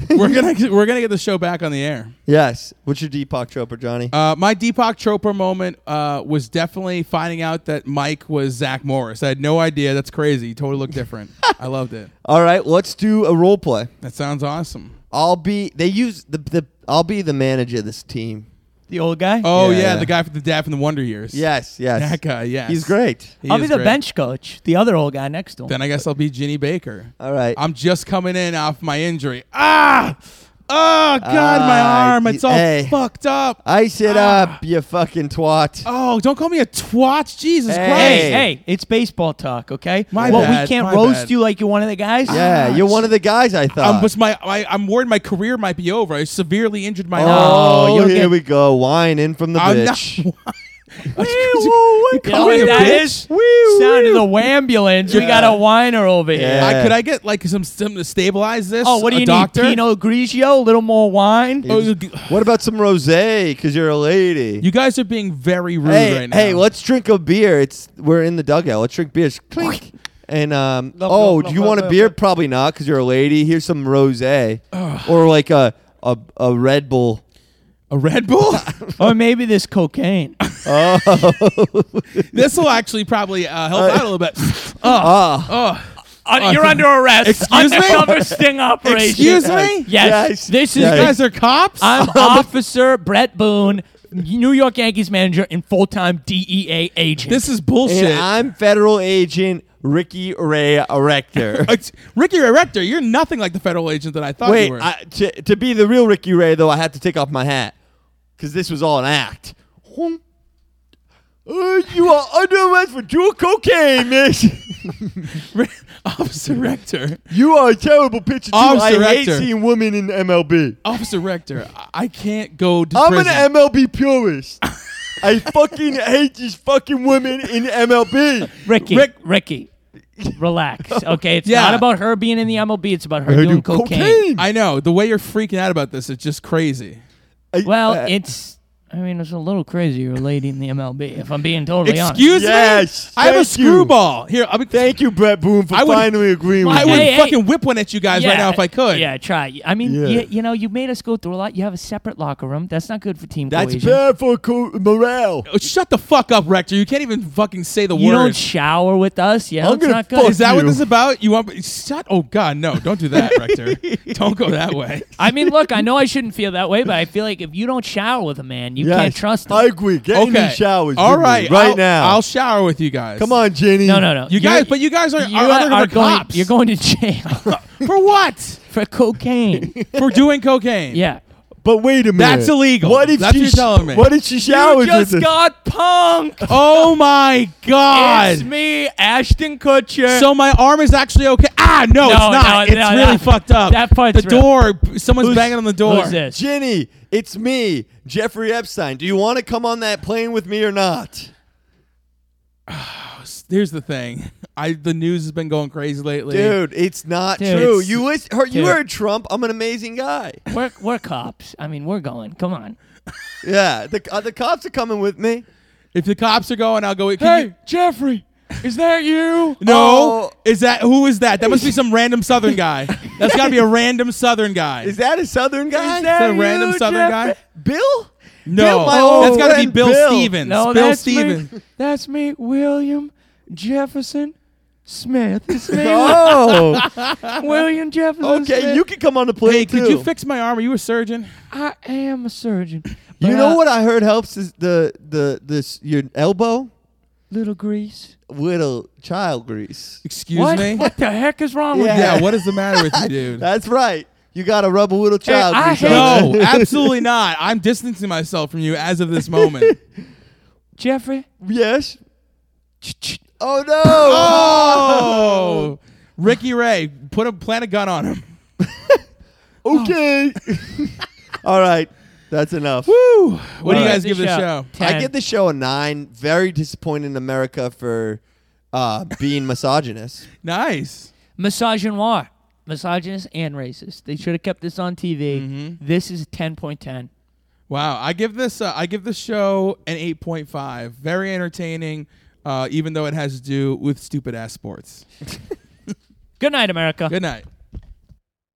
A: <laughs> we're gonna we're gonna get the show back on the air.
C: Yes, what's your Deepak Chopra, Johnny?
A: Uh, my Deepak Chopra moment uh, was definitely finding out that Mike was Zach Morris. I had no idea. That's crazy. He totally looked different. I loved
B: <laughs>
A: it.
C: All right, let's do a role play.
A: That sounds awesome.
C: I'll be they use the the I'll be the manager of this team.
B: The old guy?
A: Oh yeah,
C: Yeah, yeah.
A: the guy from the dad from the Wonder Years.
C: Yes, yes.
A: that guy. Yes,
C: He's great.
A: He
B: I'll
A: is
B: be the
A: great.
B: bench coach. The other old guy next to him.
A: Then I guess I'll be Ginny Baker.
C: All right.
A: I'm just coming in off my injury. Ah, oh God, my
C: Ah,
A: arm.
C: y-
A: It's all
C: hey.
A: fucked up.
C: Ice it
A: Ah.
C: up, you fucking twat.
A: Oh, don't call me a twat. Jesus
C: Hey.
A: Christ.
B: Hey, hey, it's baseball talk, okay?
A: My
B: well,
A: bad,
B: we can't
A: my
B: roast
A: bad.
B: you like you're one of the guys. Ah,
C: yeah, you're one of the guys I
A: Um,
C: thought.
A: but my, my, I'm worried my career might be over. I severely injured my arm.
C: oh,
B: you'll
C: here
B: get-
C: we go. Wine in from the
A: I'm not- <laughs>
C: <laughs> bitch.
A: You
B: You know
A: call
B: what
A: me a
B: that
A: bitch?
B: is? Sound of the wambulance. We got a whiner over here.
C: Yeah.
A: I, Uh, could I get like some something to stabilize this?
B: Oh, what do
A: A
B: you
A: doctor?
B: need? Pinot Grigio, a little more wine.
A: Oh, you,
C: What about some rosé? Because you're a lady.
A: you guys are being very rude
C: hey,
A: right now.
C: hey, let's drink a beer. It's we're in the dugout. Let's drink beers. Clink. And um,
B: Love,
C: oh,
B: love,
C: do you
B: love,
C: want a
B: love,
C: beer?
B: love.
C: Probably not, because you're a lady. Here's some rosé, or like a, a a Red Bull.
A: A Red
C: <laughs>
A: Bull? <laughs>
B: Or maybe this cocaine.
A: this will actually probably uh, help out a little
C: <laughs>
A: bit.
B: <coughs> Uh, you're under arrest.
A: Excuse me?
B: Undercover sting operation.
A: Excuse me?
B: Yes.
C: Yes.
B: This is
A: You
C: Yes.
A: guys are cops?
B: I'm Officer Brett Boone, New York Yankees manager and full time DEA agent.
A: this is
C: And
A: bullshit.
C: I'm federal agent Ricky Ray
B: <laughs>
C: Rector.
A: It's- Ricky Rector, you're nothing like the federal agent that I thought
C: Wait,
A: you were.
C: I, to, to be the real Ricky Ray, though, I had to take off my hat because this was all an act. Hmm. Uh, you are under arrest for dual cocaine, miss.
A: <laughs>
B: <laughs>
A: Officer Rector.
C: you are a terrible pitcher, too.
A: Officer
C: I hate
A: Rector.
C: seeing women in MLB.
A: Officer Rector, I- I can't go to
C: I'm an
A: prison.
C: MLB purist. I fucking hate these fucking women in MLB.
B: Ricky.
A: Rick- <laughs>
B: Ricky. Relax. Okay. It's
A: Yeah.
B: not about her being in the MLB. It's about her doing cocaine.
A: I know. The way you're freaking out about this is just crazy.
C: I-
B: Well,
C: uh,
B: it's. I mean, it's a little crazy. You're a lady in the MLB. If I'm being totally honest.
A: Excuse
C: uh, Yes,
A: me? I have a
C: thank you.
A: screwball. Here, I'll be,
C: thank you, Brett Boone, for
A: I would-
C: finally agreeing with
A: I
C: me.
A: would
B: Hey, hey.
A: fucking whip one at you guys right now if I could.
B: Yeah, try. I mean,
C: Yeah.
B: you, you know, you made us go through a lot. You have a separate locker room. That's not good for team
C: That's
B: cohesion.
C: bad for co- morale.
A: Oh, Shut the fuck up, Rector. You can't even fucking say the
B: You
A: word.
B: don't shower with us. Yeah,
C: I'm
B: it's
C: gonna
B: not
C: fuck
B: good.
A: Is that what
C: you.
A: this is about? You want shut? Oh God, no! Don't do that,
C: <laughs>
A: Rector. don't go that way.
B: I mean, look, I know I shouldn't feel that way, but I feel like if you don't shower with a man, you
C: Yes,
B: can't trust him.
C: I agree. Get in
A: Okay.
C: these showers.
A: All
C: with me
A: right.
C: right
A: I'll-
C: now.
A: I'll shower with you guys.
C: Come on, Jenny.
B: no, no, no.
A: You
B: You're-
A: guys- but you guys are-
B: you
A: are undercover
B: going,
A: cops.
B: You're going to jail <laughs>
A: For what?
B: for cocaine.
A: For
C: <laughs>
A: doing cocaine.
B: yeah.
C: But wait a minute.
A: That's illegal.
C: What if
A: That's
C: she
A: what you're telling me.
C: What if she showers
B: <laughs> you just
C: with us?
B: got punk.
A: Oh my
B: It's
A: God.
B: me, Ashton Kutcher.
A: So my arm is actually okay. Ah, no,
B: No,
A: it's not.
B: no,
A: it's
B: no,
A: really
B: that-
A: fucked up.
B: that part's
A: the
B: real.
A: door. Someone's
C: Who's-
A: banging on the door.
B: Who's this?
C: Jenny, it's me, Jeffrey Epstein. Do you want to come on that plane with me or not?
A: Here's the thing. I the news has been going crazy lately.
C: Dude, it's not
B: Dude,
C: true.
B: it's-
C: you list, her, you
B: dude.
C: heard Trump. I'm an amazing guy.
B: We're, we're cops. I mean, we're going. Come on.
C: Yeah, the uh, the cops are coming with me.
A: If the cops are going, I'll go. Can you-
B: Jeffrey, is that you?
A: no,
C: Oh.
A: is that who is that? That
C: <laughs>
A: must be some random Southern guy. That's got to be a random Southern guy.
C: Is that a Southern guy?
A: Is that a random Southern guy?
C: Bill?
A: No,
C: Bill, my old
A: that's gotta be
C: friend
A: Bill,
C: Bill.
A: Stevens.
B: No,
A: Bill
B: that's
A: Stevens.
B: me. That's me, William Jefferson Smith. It's
A: <laughs>
B: me,
C: <laughs> Oh,
B: William Jefferson
C: okay.
B: Smith.
C: You can come on the plane
A: Hey,
C: too.
A: could you fix my arm? Are you a surgeon?
B: I am a surgeon.
C: You
B: but,
C: know
B: uh,
C: what I heard helps is the the this your elbow,
B: Little grease.
C: little child grease.
A: Excuse
B: what?
A: me.
B: What the heck is wrong with
C: Yeah.
B: you?
A: Yeah, what is the matter with you, dude?
C: <laughs> That's right. You gotta rub a little child
B: I
C: grease.
B: hate-
C: on
A: no,
C: it. <laughs>
A: absolutely not. I'm distancing myself from you as of this moment.
B: Jeffrey?
C: yes.
B: ch-
C: Oh no.
A: Oh, Ricky Ray, put a plant a gun on him.
C: Okay. <laughs> All right. That's enough.
A: Woo! What do you
B: Alright.
A: guys give the show?
B: Show.
C: I give the show a nine. Very disappointed in America for uh, being misogynist.
A: Nice.
B: misogynoir, misogynist and racist. They should have kept this on TV. This is 10.10.
A: Wow. I give this. Uh, I give the show an eight point five. Very entertaining, uh, even though it has to do with stupid ass sports.
B: Good night, America.
A: Good night.